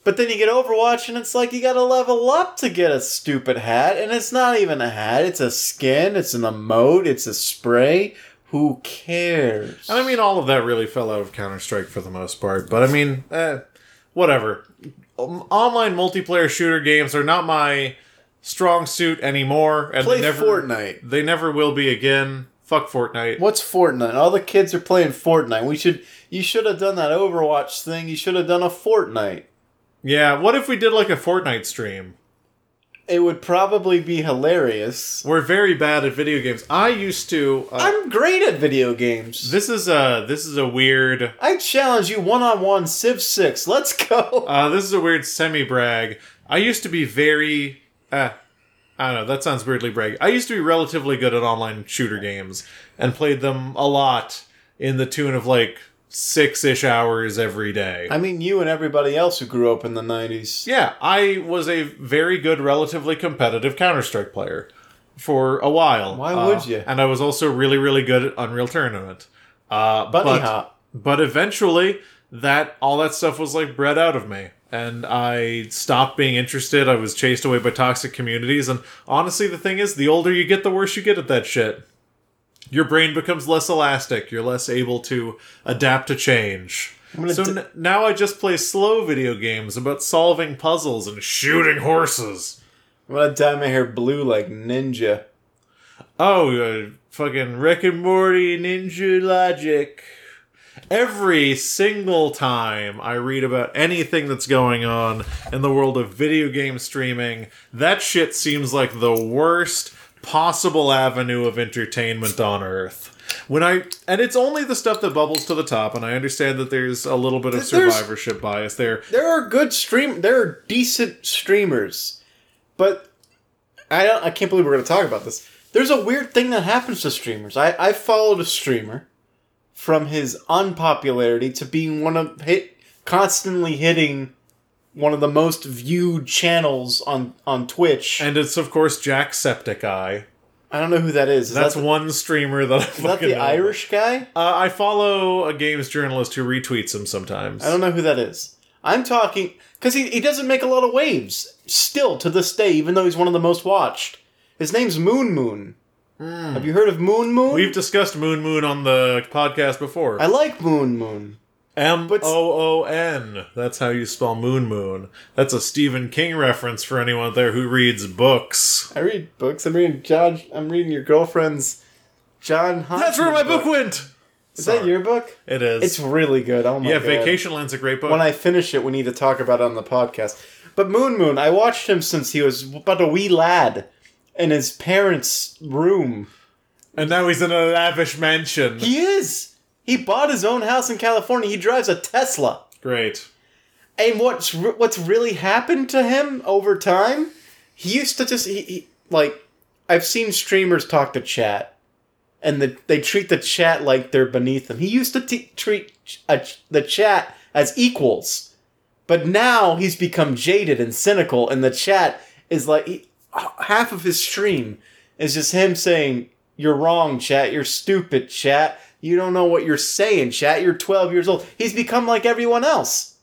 [SPEAKER 3] But then you get Overwatch, and it's like you gotta level up to get a stupid hat, and it's not even a hat, it's a skin, it's an emote, it's a spray. Who cares?
[SPEAKER 1] And I mean, all of that really fell out of Counter Strike for the most part. But I mean, eh, whatever. Um, online multiplayer shooter games are not my strong suit anymore, and
[SPEAKER 3] play
[SPEAKER 1] they never
[SPEAKER 3] Fortnite.
[SPEAKER 1] they never will be again. Fuck Fortnite.
[SPEAKER 3] What's Fortnite? All the kids are playing Fortnite. We should, you should have done that Overwatch thing. You should have done a Fortnite.
[SPEAKER 1] Yeah, what if we did like a Fortnite stream?
[SPEAKER 3] It would probably be hilarious.
[SPEAKER 1] We're very bad at video games. I used to. Uh,
[SPEAKER 3] I'm great at video games.
[SPEAKER 1] this is a this is a weird
[SPEAKER 3] I challenge you one on one, Civ 6. Let's go.
[SPEAKER 1] Uh, this is a weird semi brag. I used to be very. Uh, I don't know. That sounds weirdly brag. I used to be relatively good at online shooter games and played them a lot in the tune of like six ish hours every day.
[SPEAKER 3] I mean, you and everybody else who grew up in the 90s.
[SPEAKER 1] yeah, I was a very good, relatively competitive Counter Strike player for a while.
[SPEAKER 3] Why
[SPEAKER 1] Uh,
[SPEAKER 3] would ya?
[SPEAKER 1] And I was also really, really good at Unreal Tournament. Uh,
[SPEAKER 3] Bunny
[SPEAKER 1] but-
[SPEAKER 3] hop.
[SPEAKER 1] but eventually that all that stuff was like bred out of me and i stopped being interested i was chased away by toxic communities and honestly the thing is the older you get the worse you get at that shit your brain becomes less elastic you're less able to adapt to change
[SPEAKER 3] gonna
[SPEAKER 1] so
[SPEAKER 3] d-
[SPEAKER 1] n- now i just play slow video games about solving puzzles and shooting horses
[SPEAKER 3] I'm gonna dye my hair blue like Ninja.
[SPEAKER 1] Oh, uh, fucking Rick and Morty, Ninja Logic. Every single time I read about anything that's going on in the world of video game streaming, that shit seems like the worst possible avenue of entertainment on earth. When I and it's only the stuff that bubbles to the top, and I understand that there's a little bit of
[SPEAKER 3] There's-
[SPEAKER 1] survivorship bias there.
[SPEAKER 3] There are good stream. There are decent streamers, but I don't. I can't believe we're gonna talk about this. There's a weird thing that happens to streamers. I I followed a streamer from his unpopularity to being one of hit constantly hitting one of the most viewed channels on on Twitch.
[SPEAKER 1] And it's of course Jack Septiceye.
[SPEAKER 3] I don't know who that is. Is
[SPEAKER 1] That's
[SPEAKER 3] that,
[SPEAKER 1] one streamer that I
[SPEAKER 3] is that
[SPEAKER 1] fucking
[SPEAKER 3] the
[SPEAKER 1] know.
[SPEAKER 3] Irish guy?
[SPEAKER 1] Uh, I follow a games journalist who retweets him sometimes.
[SPEAKER 3] I don't know who that is. I'm talking because he, he doesn't make a lot of waves still to this day, even though he's one of the most watched. His name's Moon Moon. Have you heard of Moon Moon?
[SPEAKER 1] Hmm. We've discussed Moon Moon on the podcast before.
[SPEAKER 3] I like Moon Moon.
[SPEAKER 1] M O O N. That's how you spell Moon Moon. That's a Stephen King reference for anyone out there who reads books.
[SPEAKER 3] I read books. I'm reading John. I'm reading your girlfriend's John. Hodgman
[SPEAKER 1] That's where my book went.
[SPEAKER 3] Is that your book?
[SPEAKER 1] It is.
[SPEAKER 3] It's really good. Oh my
[SPEAKER 1] yeah,
[SPEAKER 3] god.
[SPEAKER 1] Vacation Land's a great book.
[SPEAKER 3] When I finish it, we need to talk about it on the podcast. But Moon Moon, I watched him since he was but a wee lad in his parents' room.
[SPEAKER 1] and now he's in a lavish mansion.
[SPEAKER 3] He is. He bought his own house in California. He drives a Tesla.
[SPEAKER 1] great.
[SPEAKER 3] And what's re- what's really happened to him over time? He used to just he, he like I've seen streamers talk to chat, and the, they treat the chat like they're beneath them. He used to t- treat ch- a ch- the chat as equals, but now he's become jaded and cynical, and the chat is like he, half of his stream is just him saying, "You're wrong, chat. You're stupid, chat. You don't know what you're saying, chat. You're 12 years old." He's become like everyone else.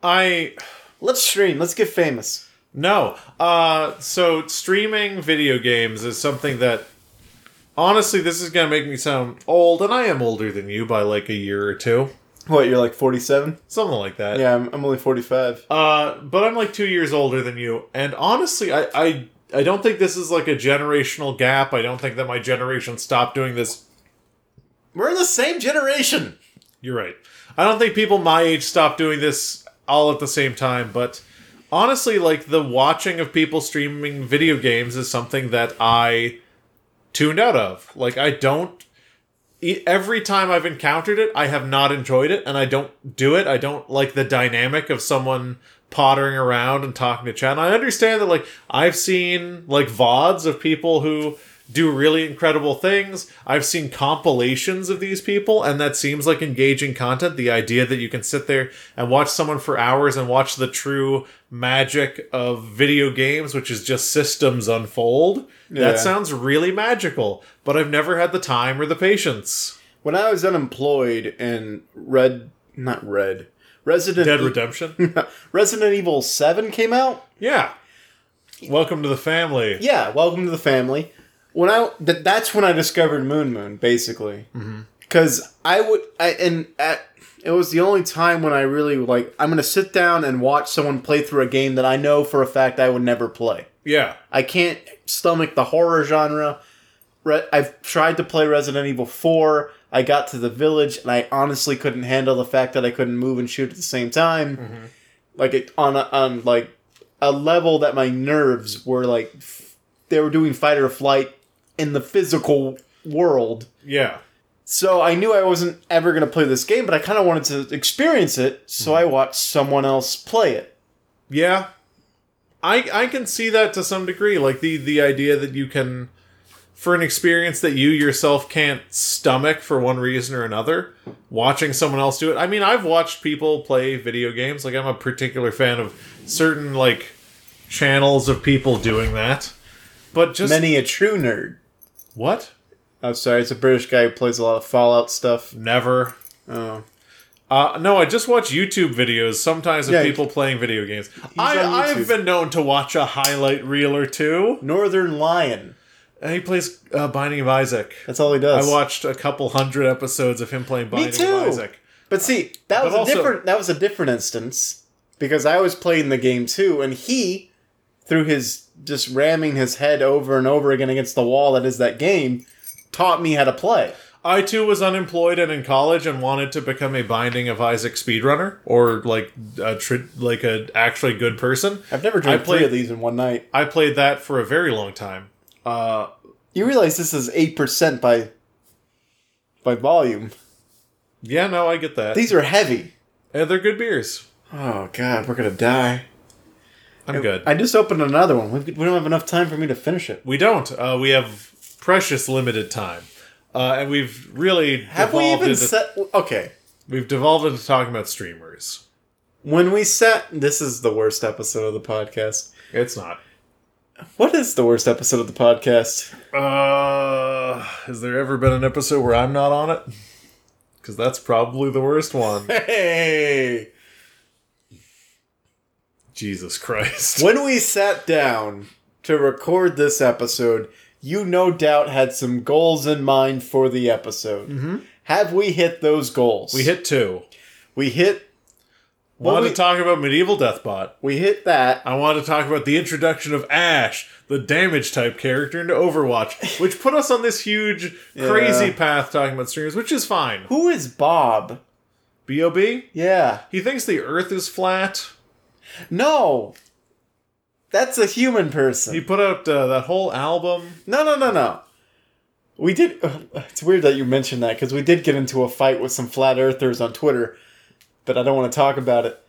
[SPEAKER 1] I
[SPEAKER 3] Let's stream. Let's get famous.
[SPEAKER 1] No. Uh, so streaming video games is something that honestly, this is gonna make me sound old, and I am older than you by like a year or two,
[SPEAKER 3] What? You're like 47?
[SPEAKER 1] something like that.
[SPEAKER 3] Yeah, I'm, I'm only 45.
[SPEAKER 1] Uh, but I'm like two years older than you, and honestly, I, I I don't think this is like a generational gap. I don't think that my generation stopped doing this.
[SPEAKER 3] We're in the same generation.
[SPEAKER 1] You're right. I don't think people my age stopped doing this all at the same time, but honestly, like the watching of people streaming video games is something that I tuned out of. Like I don't e- every time I've encountered it, I have not enjoyed it and I don't do it. I don't like the dynamic of someone pottering around and talking to chat. And I understand that like I've seen like VODs of people who do really incredible things. I've seen compilations of these people and that seems like engaging content. The idea that you can sit there and watch someone for hours and watch the true magic of video games, which is just systems unfold.
[SPEAKER 3] Yeah.
[SPEAKER 1] That sounds sounds really magical, but I've never had the time or the patience.
[SPEAKER 3] When I was unemployed and Red, not Red, Resident
[SPEAKER 1] Dead
[SPEAKER 3] E-
[SPEAKER 1] Redemption?
[SPEAKER 3] Resident Evil 7 came out.
[SPEAKER 1] yeah. Welcome to the family.
[SPEAKER 3] Yeah, welcome to the family. When I th- that's when I discovered Moon Moon basically.
[SPEAKER 1] Mm-hmm.
[SPEAKER 3] Because I would I and at, it was the only time when I really like I'm gonna sit down and watch someone play through a game that I know for a fact I would never play.
[SPEAKER 1] Yeah.
[SPEAKER 3] I can't stomach the horror genre. Re- I've tried to play Resident Evil 4. I got to the village and I honestly couldn't handle the fact that I couldn't move and shoot at the same time. Like it on a, on like a level that my nerves were like f- they were doing fight or flight in the physical world.
[SPEAKER 1] Yeah.
[SPEAKER 3] So I knew I wasn't ever going to play this game, but I kind of wanted to experience it, so I watched someone else play it.
[SPEAKER 1] Yeah. I I can see that to some degree. Like the the idea that you can for an experience that you yourself can't stomach for one reason or another, watching someone else do it. I mean, I've watched people play video games. Like I'm a particular fan of certain like channels of people doing that. But just
[SPEAKER 3] Many a true nerd.
[SPEAKER 1] what?
[SPEAKER 3] I'm sorry, it's a British guy who plays a lot of Fallout stuff.
[SPEAKER 1] Never.
[SPEAKER 3] Oh.
[SPEAKER 1] Uh, no, I just watch YouTube videos sometimes of
[SPEAKER 3] Yeah,
[SPEAKER 1] people playing video games. I,
[SPEAKER 3] on
[SPEAKER 1] I've
[SPEAKER 3] YouTube.
[SPEAKER 1] been known to watch a highlight reel or two.
[SPEAKER 3] Northern Lion.
[SPEAKER 1] And he plays uh, Binding of Isaac.
[SPEAKER 3] That's all he
[SPEAKER 1] I
[SPEAKER 3] does.
[SPEAKER 1] watched a couple hundred episodes of him playing Binding
[SPEAKER 3] too.
[SPEAKER 1] of Isaac.
[SPEAKER 3] But see, that was a
[SPEAKER 1] also-
[SPEAKER 3] different that was a different instance because I was playing the game too and he through his just ramming his head over and over again against the wall that is that game taught me how to play.
[SPEAKER 1] I too was unemployed and in college and wanted to become a Binding of Isaac speedrunner or like a tri- like a actually good person.
[SPEAKER 3] I've never done
[SPEAKER 1] I
[SPEAKER 3] three
[SPEAKER 1] played-
[SPEAKER 3] of these in one night.
[SPEAKER 1] I played that for a very long time. Uh,
[SPEAKER 3] You realize this is 8% by by volume.
[SPEAKER 1] yeah, no, I get that.
[SPEAKER 3] These are heavy.
[SPEAKER 1] and they're good beers.
[SPEAKER 3] Oh god, we're going to die.
[SPEAKER 1] I'm good.
[SPEAKER 3] I just opened another one. We we don't have enough time for me to finish it.
[SPEAKER 1] We don't. Uh, we have precious limited time, uh, and we've really
[SPEAKER 3] Have we
[SPEAKER 1] devolved
[SPEAKER 3] even
[SPEAKER 1] into,
[SPEAKER 3] set Okay.
[SPEAKER 1] we've devolved into talking about streamers.
[SPEAKER 3] When we sat, this is the worst episode of the podcast.
[SPEAKER 1] It's not.
[SPEAKER 3] What is the worst episode of the podcast?
[SPEAKER 1] Uh, has there ever been an episode where I'm not on it? Because that's probably the worst one.
[SPEAKER 3] Hey!
[SPEAKER 1] Jesus Christ.
[SPEAKER 3] When we sat down to record this episode, you no doubt had some goals in mind for the episode. Have we hit those goals?
[SPEAKER 1] Mm-hmm. We hit two.
[SPEAKER 3] We hit.
[SPEAKER 1] Wanted
[SPEAKER 3] we-
[SPEAKER 1] to talk Uh, about medieval deathbot.
[SPEAKER 3] We hit that.
[SPEAKER 1] I want to talk about the introduction of Ash, the damage type character into Overwatch, which put us on this huge, crazy path talking about streamers, which is fine.
[SPEAKER 3] Who is Bob?
[SPEAKER 1] B.O.B.
[SPEAKER 3] Yeah.
[SPEAKER 1] He thinks the Earth is flat.
[SPEAKER 3] No. That's a human person.
[SPEAKER 1] He put out uh, that whole album.
[SPEAKER 3] No, no, no, no. We did. It's weird that you mentioned that because we did get into a fight with some flat earthers on Twitter, but I don't want to talk about it.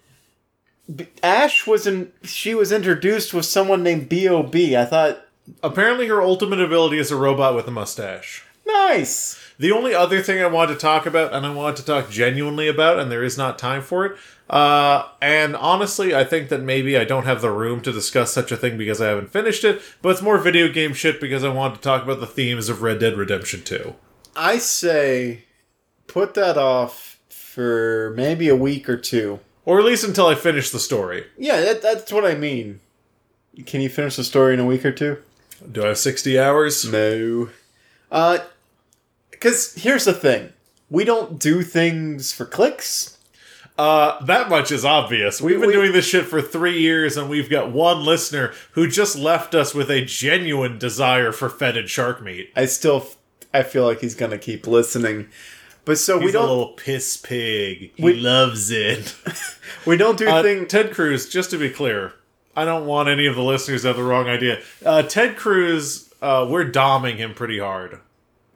[SPEAKER 3] B- Ash was in. She was introduced with someone named Bob. I thought
[SPEAKER 1] Apparently, her ultimate ability is a robot with a mustache.
[SPEAKER 3] Nice.
[SPEAKER 1] The only other thing I wanted to talk about, and I wanted to talk genuinely about, and there is not time for it. Uh, and honestly, I think that maybe I don't have the room to discuss such a thing because I haven't finished it, but it's more video game shit because I wanted to talk about the themes of Red Dead Redemption 2.
[SPEAKER 3] I say put that off for maybe a week or two.
[SPEAKER 1] Or at least until I finish the story.
[SPEAKER 3] Yeah, that, that's what I mean. Can you finish the story in a week or two?
[SPEAKER 1] Do I have 60 hours?
[SPEAKER 3] No. Uh, because here's the thing we don't do things for clicks.
[SPEAKER 1] Uh, that much is obvious. We've been
[SPEAKER 3] we-
[SPEAKER 1] doing this shit for three years, and we've got one listener who just left us with a genuine desire for fetid shark meat.
[SPEAKER 3] I still f- I feel like he's gonna keep listening. But so
[SPEAKER 1] He's
[SPEAKER 3] we don't
[SPEAKER 1] a little piss pig. He
[SPEAKER 3] We-
[SPEAKER 1] loves it.
[SPEAKER 3] we don't do
[SPEAKER 1] Uh,
[SPEAKER 3] things
[SPEAKER 1] Ted Cruz, just to be clear, I don't want any of the listeners to have the wrong idea. Uh, Ted Cruz, uh, we're doming him pretty hard.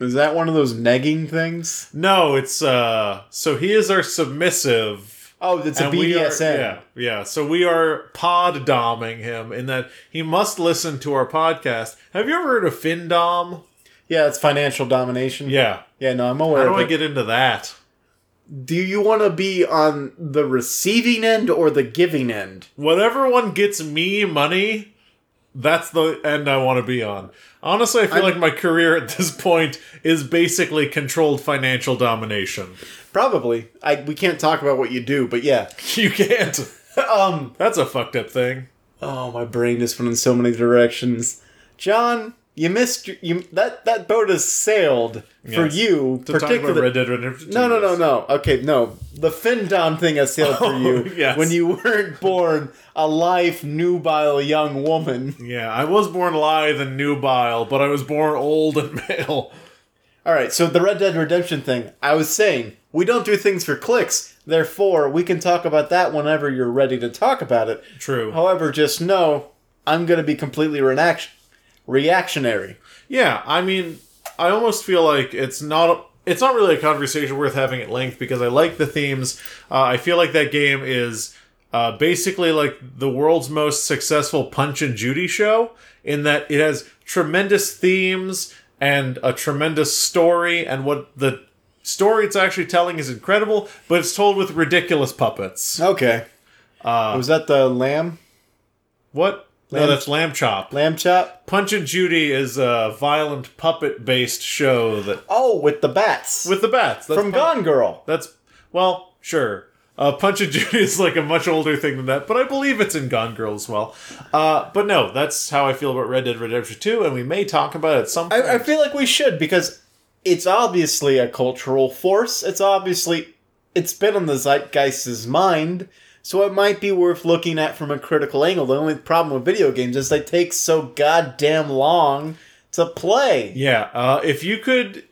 [SPEAKER 3] Is that one of those negging things?
[SPEAKER 1] No, it's uh, so he is our submissive.
[SPEAKER 3] Oh, it's a
[SPEAKER 1] and we are-
[SPEAKER 3] BDSM.
[SPEAKER 1] yeah, yeah. So we are pod doming him in that he must listen to our podcast. Have you ever heard of fin dom?
[SPEAKER 3] Yeah, it's financial domination.
[SPEAKER 1] Yeah.
[SPEAKER 3] Yeah, no, I'm aware
[SPEAKER 1] How do
[SPEAKER 3] of
[SPEAKER 1] I
[SPEAKER 3] it.
[SPEAKER 1] get into that?
[SPEAKER 3] do you want to be on the receiving end or the giving end?
[SPEAKER 1] Whatever one gets me money, that's the end I want to be on. Honestly, I feel
[SPEAKER 3] I'm-
[SPEAKER 1] like my career at this point is basically controlled financial domination.
[SPEAKER 3] Probably. I we can't talk about what you do, but yeah.
[SPEAKER 1] You can't.
[SPEAKER 3] um.
[SPEAKER 1] That's a fucked up thing.
[SPEAKER 3] Oh, my brain just went in so many directions. John, you missed your- you that that boat has sailed for
[SPEAKER 1] Yes.
[SPEAKER 3] you,
[SPEAKER 1] To talk about
[SPEAKER 3] particularly.
[SPEAKER 1] Red Dead Redemption.
[SPEAKER 3] no, no, no, no. Okay, no. The Findom thing has sailed for you
[SPEAKER 1] yes.
[SPEAKER 3] when you weren't born a live, nubile young woman.
[SPEAKER 1] Yeah, I was born lithe and nubile, but I was born old and male.
[SPEAKER 3] All right, so the Red Dead Redemption thing, I was saying, we don't do things for clicks. Therefore, we can talk about that whenever you're ready to talk about it.
[SPEAKER 1] True.
[SPEAKER 3] However, just know I'm going to be completely reaction- reactionary.
[SPEAKER 1] Yeah, I mean, I almost feel like it's not it's not really a conversation worth having at length because I like the themes. Uh, I feel like that game is uh, basically like the world's most successful Punch and Judy show in that it has tremendous themes and a tremendous story, and what the story it's actually telling is incredible, but it's told with ridiculous puppets.
[SPEAKER 3] Okay. Uh, was that the lamb?
[SPEAKER 1] What? no,
[SPEAKER 3] Lamb-
[SPEAKER 1] that's Lamb Chop.
[SPEAKER 3] Lamb chop?
[SPEAKER 1] Punch and Judy is a violent puppet based show that
[SPEAKER 3] Oh, with the bats.
[SPEAKER 1] with the bats. That's
[SPEAKER 3] From
[SPEAKER 1] Punch-
[SPEAKER 3] Gone Girl.
[SPEAKER 1] That's well, sure. Uh, Punch and Judy is like a much older thing than that, but I believe it's in Gone Girl as well. Uh, but no, that's how I feel about Red Dead Redemption Two, and we may talk about it at some. Point.
[SPEAKER 3] I, I feel like we should because it's obviously a cultural force. It's obviously it's been on the zeitgeist's mind, so it might be worth looking at from a critical angle. The only problem with video games is they take so goddamn long to play.
[SPEAKER 1] yeah, uh, if you could,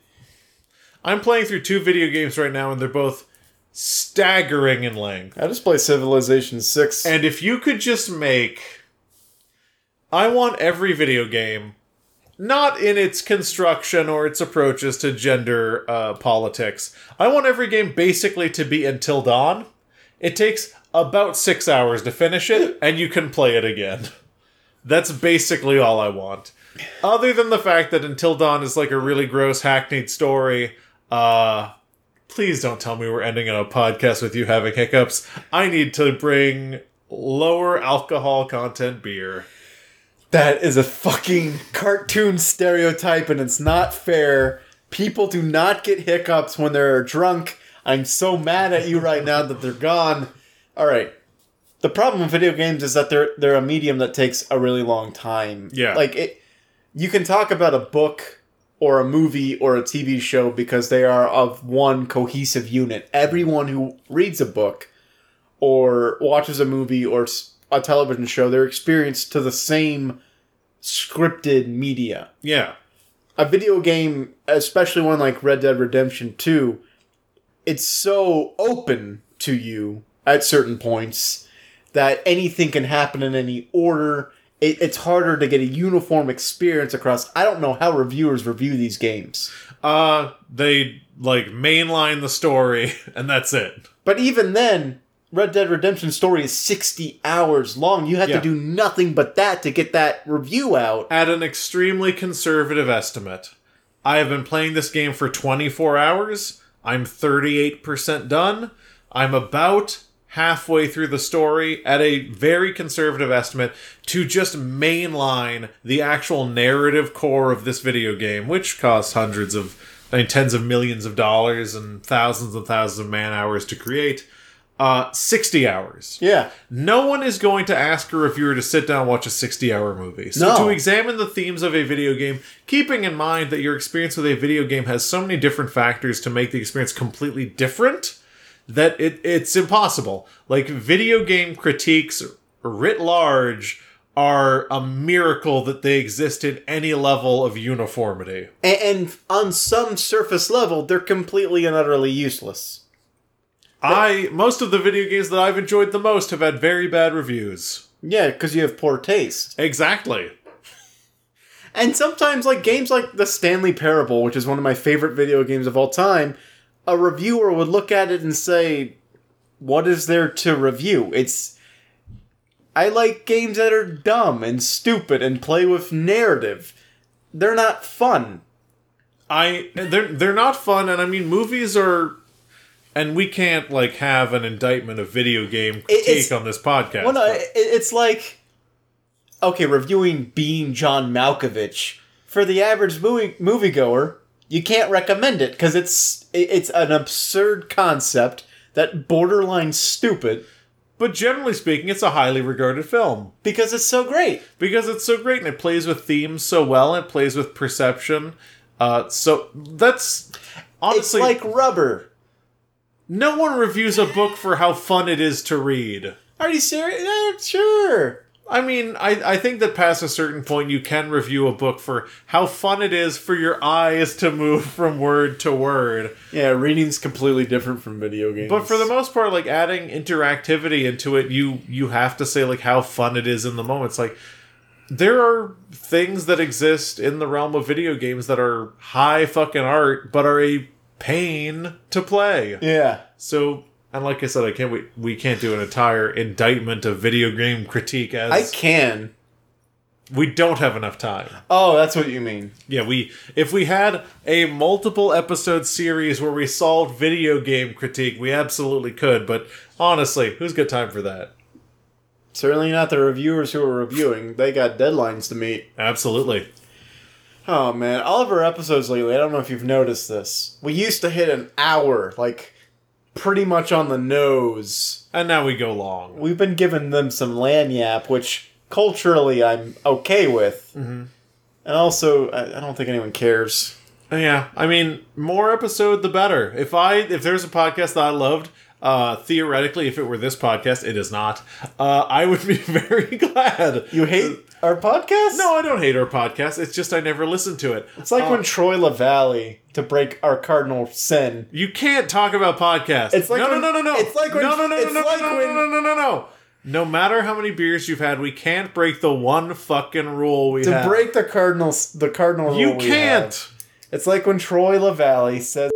[SPEAKER 1] I'm playing through two video games right now, and they're both staggering in length.
[SPEAKER 3] I just play Civilization Six.
[SPEAKER 1] And if you could just make. I want every video game, not in its construction or its approaches to gender uh, politics, I want every game basically to be Until Dawn. It takes about six hours to finish it, and you can play it again. That's basically all I want. Other than the fact that Until Dawn is like a really gross, hackneyed story, uh, please don't tell me we're ending on a podcast with you having hiccups. I need to bring lower alcohol content beer.
[SPEAKER 3] that is a fucking cartoon stereotype, and it's not fair. People do not get hiccups when they're drunk. I'm so mad at you right now that they're gone. All right. The problem with video games is that they're they're a medium that takes a really long time.
[SPEAKER 1] Yeah.
[SPEAKER 3] Like it, you can talk about a book or a movie or a TV show because they are of one cohesive unit. Everyone who reads a book or watches a movie or s- a television show, they're experienced to the same scripted media.
[SPEAKER 1] Yeah.
[SPEAKER 3] A video game, especially one like Red Dead Redemption 2, it's so open to you at certain points that anything can happen in any order. It, it's harder to get a uniform experience across. I don't know how reviewers review these games.
[SPEAKER 1] Uh, they like mainline the story, and that's it.
[SPEAKER 3] But even then, Red Dead Redemption story is 60 hours long. You had
[SPEAKER 1] Yeah.
[SPEAKER 3] to do nothing but that to get that review out.
[SPEAKER 1] At an extremely conservative estimate, I have been playing this game for 24 hours. I'm 38% done. I'm about halfway through the story at a very conservative estimate to just mainline the actual narrative core of this video game, which costs hundreds of, I mean, tens of millions of dollars and thousands and thousands of man hours to create. Uh, 60 hours.
[SPEAKER 3] Yeah.
[SPEAKER 1] No one is going to ask a reviewer to sit down and watch a 60 hour movie. So,
[SPEAKER 3] No.
[SPEAKER 1] to examine the themes of a video game, keeping in mind that your experience with a video game has so many different factors to make the experience completely different that it, it's impossible. Like, video game critiques writ large are a miracle that they exist in any level of uniformity.
[SPEAKER 3] And, and on some surface level, they're completely and utterly useless.
[SPEAKER 1] I, most of the video games that I've enjoyed the most have had very bad reviews.
[SPEAKER 3] Yeah, because you have poor taste.
[SPEAKER 1] Exactly.
[SPEAKER 3] And sometimes, like games like The Stanley Parable, which is one of my favorite video games of all time, a reviewer would look at it and say, What is there to review? It's. I like games that are dumb and stupid and play with narrative. They're not fun.
[SPEAKER 1] I they're they're not fun, and I mean movies are, and we can't like have an indictment of video game critique
[SPEAKER 3] it's-
[SPEAKER 1] on this podcast.
[SPEAKER 3] Well, no,
[SPEAKER 1] but-
[SPEAKER 3] it, it's like okay, reviewing Being John Malkovich for the average movie moviegoer, you can't recommend it because it's it- it's an absurd concept that borderline stupid
[SPEAKER 1] but generally speaking, it's a highly regarded film
[SPEAKER 3] because it's so great.
[SPEAKER 1] because it's so great and it plays with themes so well, and it plays with perception. Uh, so that's
[SPEAKER 3] It's
[SPEAKER 1] honestly
[SPEAKER 3] like rubber.
[SPEAKER 1] no one reviews a book for how fun it is to read.
[SPEAKER 3] Are you serious? Yeah, sure.
[SPEAKER 1] I mean, I, I think that past a certain point, you can review a book for how fun it is for your eyes to move from word to word.
[SPEAKER 3] Yeah, reading's completely different from video games.
[SPEAKER 1] But for the most part, like adding interactivity into it, you you have to say like how fun it is in the moment. It's like there are things that exist in the realm of video games that are high fucking art, but are a pain to play.
[SPEAKER 3] yeah,
[SPEAKER 1] So, and like I said, I can't. We we can't do an entire indictment of video game critique as
[SPEAKER 3] I can.
[SPEAKER 1] we don't have enough time.
[SPEAKER 3] Oh, that's what you mean.
[SPEAKER 1] Yeah, we if we had a multiple episode series where we solved video game critique, we absolutely could. But honestly, who's got time for that?
[SPEAKER 3] Certainly not the reviewers who are reviewing. They got deadlines to meet.
[SPEAKER 1] Absolutely.
[SPEAKER 3] Oh man, all of our episodes lately, I don't know if you've noticed this. We used to hit an hour, like pretty much on the nose.
[SPEAKER 1] And now we go long.
[SPEAKER 3] We've been giving them some lanyap, which culturally I'm okay with. Mm-hmm. And also, I, I don't think anyone cares.
[SPEAKER 1] Yeah, I mean, more episode the better. If I if there's a podcast that I loved, uh theoretically if it were this podcast, it is not. Uh I would be very glad.
[SPEAKER 3] You hate our podcast?
[SPEAKER 1] No, I don't hate our podcast. It's just I never listened to it.
[SPEAKER 3] It's like
[SPEAKER 1] Uh,
[SPEAKER 3] when Troy LaValle, to break our cardinal sin,
[SPEAKER 1] You can't talk about podcasts.
[SPEAKER 3] It's like
[SPEAKER 1] no,
[SPEAKER 3] when-
[SPEAKER 1] no, no, no, no.
[SPEAKER 3] it's like when-
[SPEAKER 1] no, no, no, no,
[SPEAKER 3] it's
[SPEAKER 1] no,
[SPEAKER 3] like
[SPEAKER 1] no,
[SPEAKER 3] when-
[SPEAKER 1] no, no, no, no, no. No matter how many beers you've had, we can't break the one fucking rule we
[SPEAKER 3] to
[SPEAKER 1] have.
[SPEAKER 3] break the cardinal the cardinal
[SPEAKER 1] you
[SPEAKER 3] rule we have.
[SPEAKER 1] can't.
[SPEAKER 3] It's like when Troy LaValle says,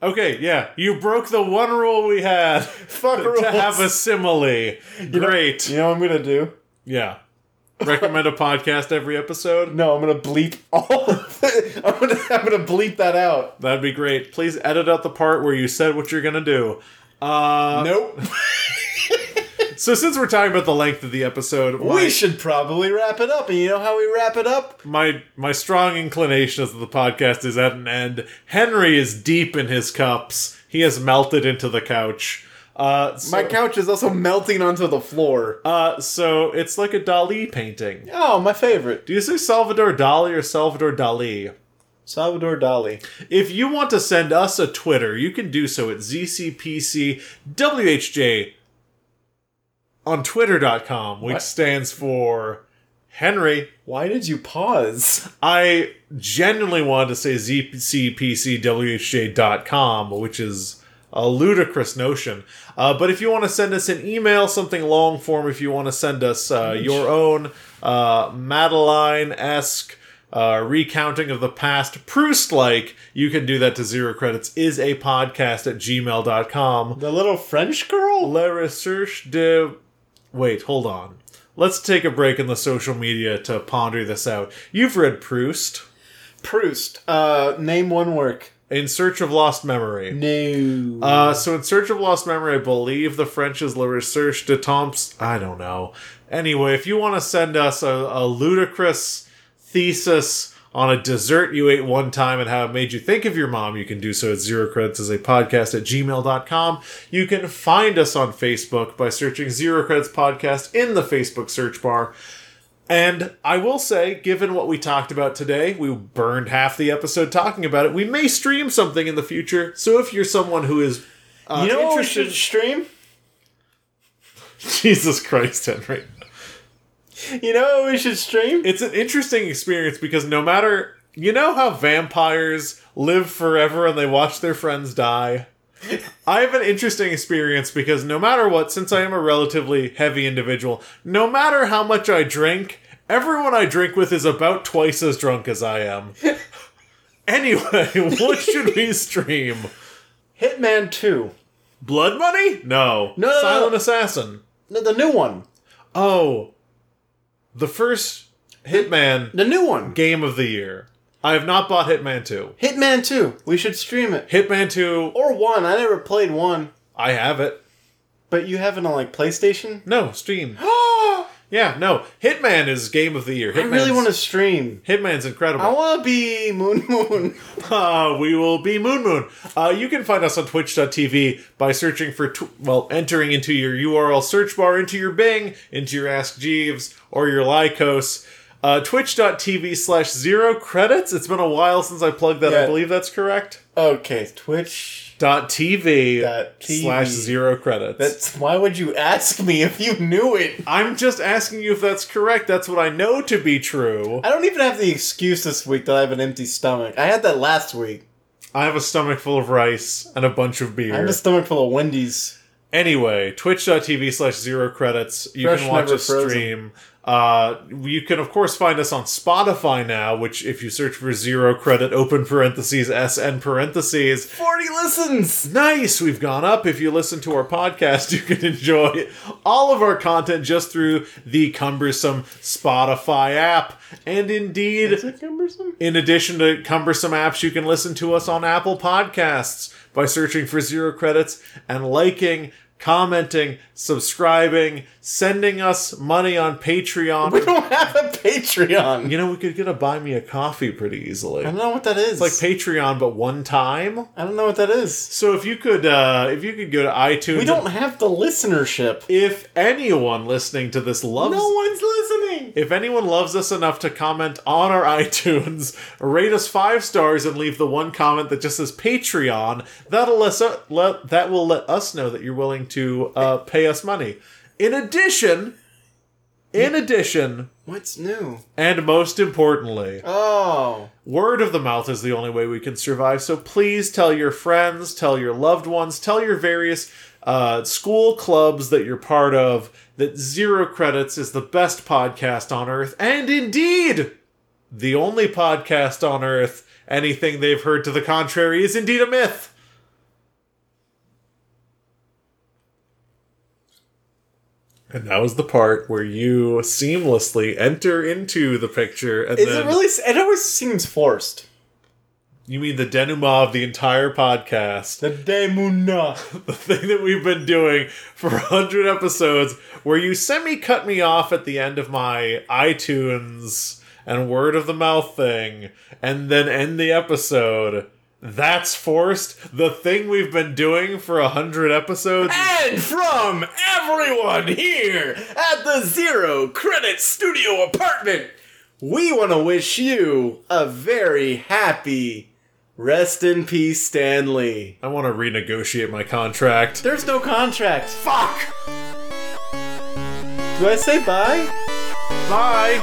[SPEAKER 1] Okay, yeah, you broke the one rule we had
[SPEAKER 3] "Fuck rules."
[SPEAKER 1] to have a simile. Great,
[SPEAKER 3] You know what I'm gonna do?
[SPEAKER 1] yeah. Recommend a podcast every episode.
[SPEAKER 3] No, I'm gonna bleep all. Of it. I'm gonna I'm gonna bleep that out.
[SPEAKER 1] That'd be great. Please edit out the part where you said what you're gonna do. Uh,
[SPEAKER 3] Nope.
[SPEAKER 1] So since we're talking about the length of the episode,
[SPEAKER 3] we
[SPEAKER 1] my-
[SPEAKER 3] should probably wrap it up. And you know how we wrap it up?
[SPEAKER 1] my my strong inclination is that the podcast is at an end. Henry is deep in his cups. He has melted into the couch. Uh, so,
[SPEAKER 3] My couch is also melting onto the floor.
[SPEAKER 1] uh, so it's like a Dali painting.
[SPEAKER 3] Oh, my favorite,
[SPEAKER 1] Do you say Salvador Dali or Salvador Dali?
[SPEAKER 3] Salvador Dali.
[SPEAKER 1] If you want to send us a Twitter, you can do so at ZCPCWHJ on Twitter.com, which
[SPEAKER 3] What?
[SPEAKER 1] stands for Henry
[SPEAKER 3] Why did you pause?
[SPEAKER 1] I genuinely wanted to say zcpcwhj.com, which is a ludicrous notion. Uh, but if you want to send us an email, something long form, if you want to send us uh, your own uh, Madeline esque uh, recounting of the past, Proust like, you can do that to zero credits, is a podcast at gmail.com.
[SPEAKER 3] The little French girl?
[SPEAKER 1] La recherche de. Wait, hold on. Let's take a break in the social media to ponder this out. You've read Proust.
[SPEAKER 3] Proust. Uh, name one work.
[SPEAKER 1] In Search of Lost Memory.
[SPEAKER 3] No.
[SPEAKER 1] Uh, so in Search of Lost Memory, I believe the French is La Recherche de Temps. I don't know. Anyway, if you want to send us a, a ludicrous thesis on a dessert you ate one time and how it made you think of your mom, you can do so at zero credits as a podcast at gmail.com. You can find us on Facebook by searching Zero Credits Podcast in the Facebook search bar. And I will say, given what we talked about today, we burned half the episode talking about it. We may stream something in the future. So if you're someone who is uh,
[SPEAKER 3] you know what we
[SPEAKER 1] interested,
[SPEAKER 3] should stream?
[SPEAKER 1] Jesus Christ, Henry,
[SPEAKER 3] You know what we should stream?
[SPEAKER 1] it's an interesting experience because no matter you know how vampires live forever and they watch their friends die. I have an interesting experience because no matter what, since I am a relatively heavy individual, no matter how much I drink, everyone I drink with is about twice as drunk as I am. anyway, what should we stream?
[SPEAKER 3] Hitman 2.
[SPEAKER 1] Blood Money? No.
[SPEAKER 3] No, no, no.
[SPEAKER 1] Silent Assassin.
[SPEAKER 3] No, the new one.
[SPEAKER 1] Oh. The first Hitman
[SPEAKER 3] The new one.
[SPEAKER 1] game of the year. I have not bought Hitman 2.
[SPEAKER 3] Hitman 2. We should stream it.
[SPEAKER 1] Hitman 2,
[SPEAKER 3] Or 1. I never played 1.
[SPEAKER 1] I have it.
[SPEAKER 3] But you have it on, like, PlayStation?
[SPEAKER 1] No, Steam.
[SPEAKER 3] I
[SPEAKER 1] Yeah, no. Hitman is game of the year. Hitman's,
[SPEAKER 3] really want to stream.
[SPEAKER 1] Hitman's incredible.
[SPEAKER 3] I want to be Moon Moon.
[SPEAKER 1] Uh, we will be Moon Moon. Uh, you can find us on twitch.tv by searching for, tw- well, entering into your URL search bar, into your Bing, into your Ask Jeeves, or your Lycos. Uh, twitch.tv slash zero credits. It's been a while since I plugged that. I
[SPEAKER 3] Yeah.
[SPEAKER 1] believe that's correct.
[SPEAKER 3] Okay, Twitch.
[SPEAKER 1] Dot TV,
[SPEAKER 3] Dot TV.
[SPEAKER 1] slash zero credits.
[SPEAKER 3] That's why would you ask me if you knew it?
[SPEAKER 1] I'm just asking you if that's correct. That's what I know to be true.
[SPEAKER 3] I don't even have the excuse this week that I have an empty stomach. I had that last week.
[SPEAKER 1] I have a stomach full of rice and a bunch of
[SPEAKER 3] I
[SPEAKER 1] beer.
[SPEAKER 3] had a stomach full of Wendy's.
[SPEAKER 1] Anyway, twitch.tv slash zero credits. You
[SPEAKER 3] Fresh
[SPEAKER 1] can watch
[SPEAKER 3] never
[SPEAKER 1] us
[SPEAKER 3] frozen.
[SPEAKER 1] stream. Uh, you can, of course, find us on Spotify now, which, if you search for zero credit, open parentheses, SN parentheses,
[SPEAKER 3] 40 listens!
[SPEAKER 1] Nice, we've gone up. If you listen to our podcast, you can enjoy all of our content just through the cumbersome Spotify app. And indeed,
[SPEAKER 3] Is it cumbersome?
[SPEAKER 1] In addition to cumbersome apps, you can listen to us on Apple Podcasts by searching for Zero Credits and liking, commenting, subscribing, sending us money on
[SPEAKER 3] We
[SPEAKER 1] Patreon.
[SPEAKER 3] don't have a Patreon.
[SPEAKER 1] You know, we could get a buy me a coffee pretty easily.
[SPEAKER 3] I don't know what that is.
[SPEAKER 1] It's like Patreon, but one time.
[SPEAKER 3] I don't know what that is.
[SPEAKER 1] So if you could, uh, if you could go to iTunes,
[SPEAKER 3] We don't have the listenership.
[SPEAKER 1] If anyone listening to this loves
[SPEAKER 3] No one's listening.
[SPEAKER 1] If anyone loves us enough to comment on our iTunes, rate us five stars, and leave the one comment that just says Patreon, that'll let, us- let- that will let us know that you're willing to uh, pay us money. In addition, in addition,
[SPEAKER 3] What's new?
[SPEAKER 1] and most importantly,
[SPEAKER 3] Oh.
[SPEAKER 1] word of the mouth is the only way we can survive. So please tell your friends, tell your loved ones, tell your various uh, school clubs that you're part of that Zero Credits is the best podcast on earth, and indeed, the only podcast on earth. Anything they've heard to the contrary is indeed a myth. And that was the part where you seamlessly enter into the picture. And
[SPEAKER 3] Is
[SPEAKER 1] then
[SPEAKER 3] it really? s- It always seems forced.
[SPEAKER 1] you mean the denouement of the entire podcast?
[SPEAKER 3] The Demuna.
[SPEAKER 1] The thing that we've been doing for 100 episodes, where you semi cut me off at the end of my iTunes and word of the mouth thing, and then end the episode. That's forced. The thing we've been doing for 100 episodes.
[SPEAKER 3] And from everyone here at the Zero Credit Studio Apartment, we want to wish you a very happy rest in peace, Stanley.
[SPEAKER 1] I want to renegotiate my contract.
[SPEAKER 3] There's no contract.
[SPEAKER 1] Fuck!
[SPEAKER 3] Do I say bye?
[SPEAKER 1] Bye!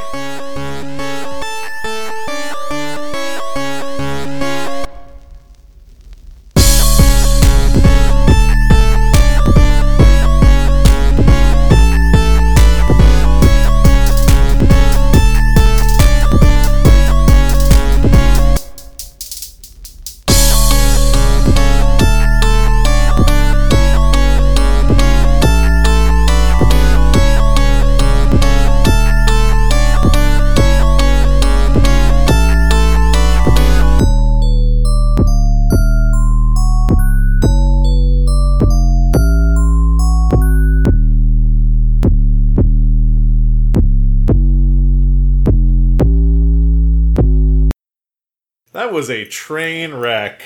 [SPEAKER 1] That was a train wreck.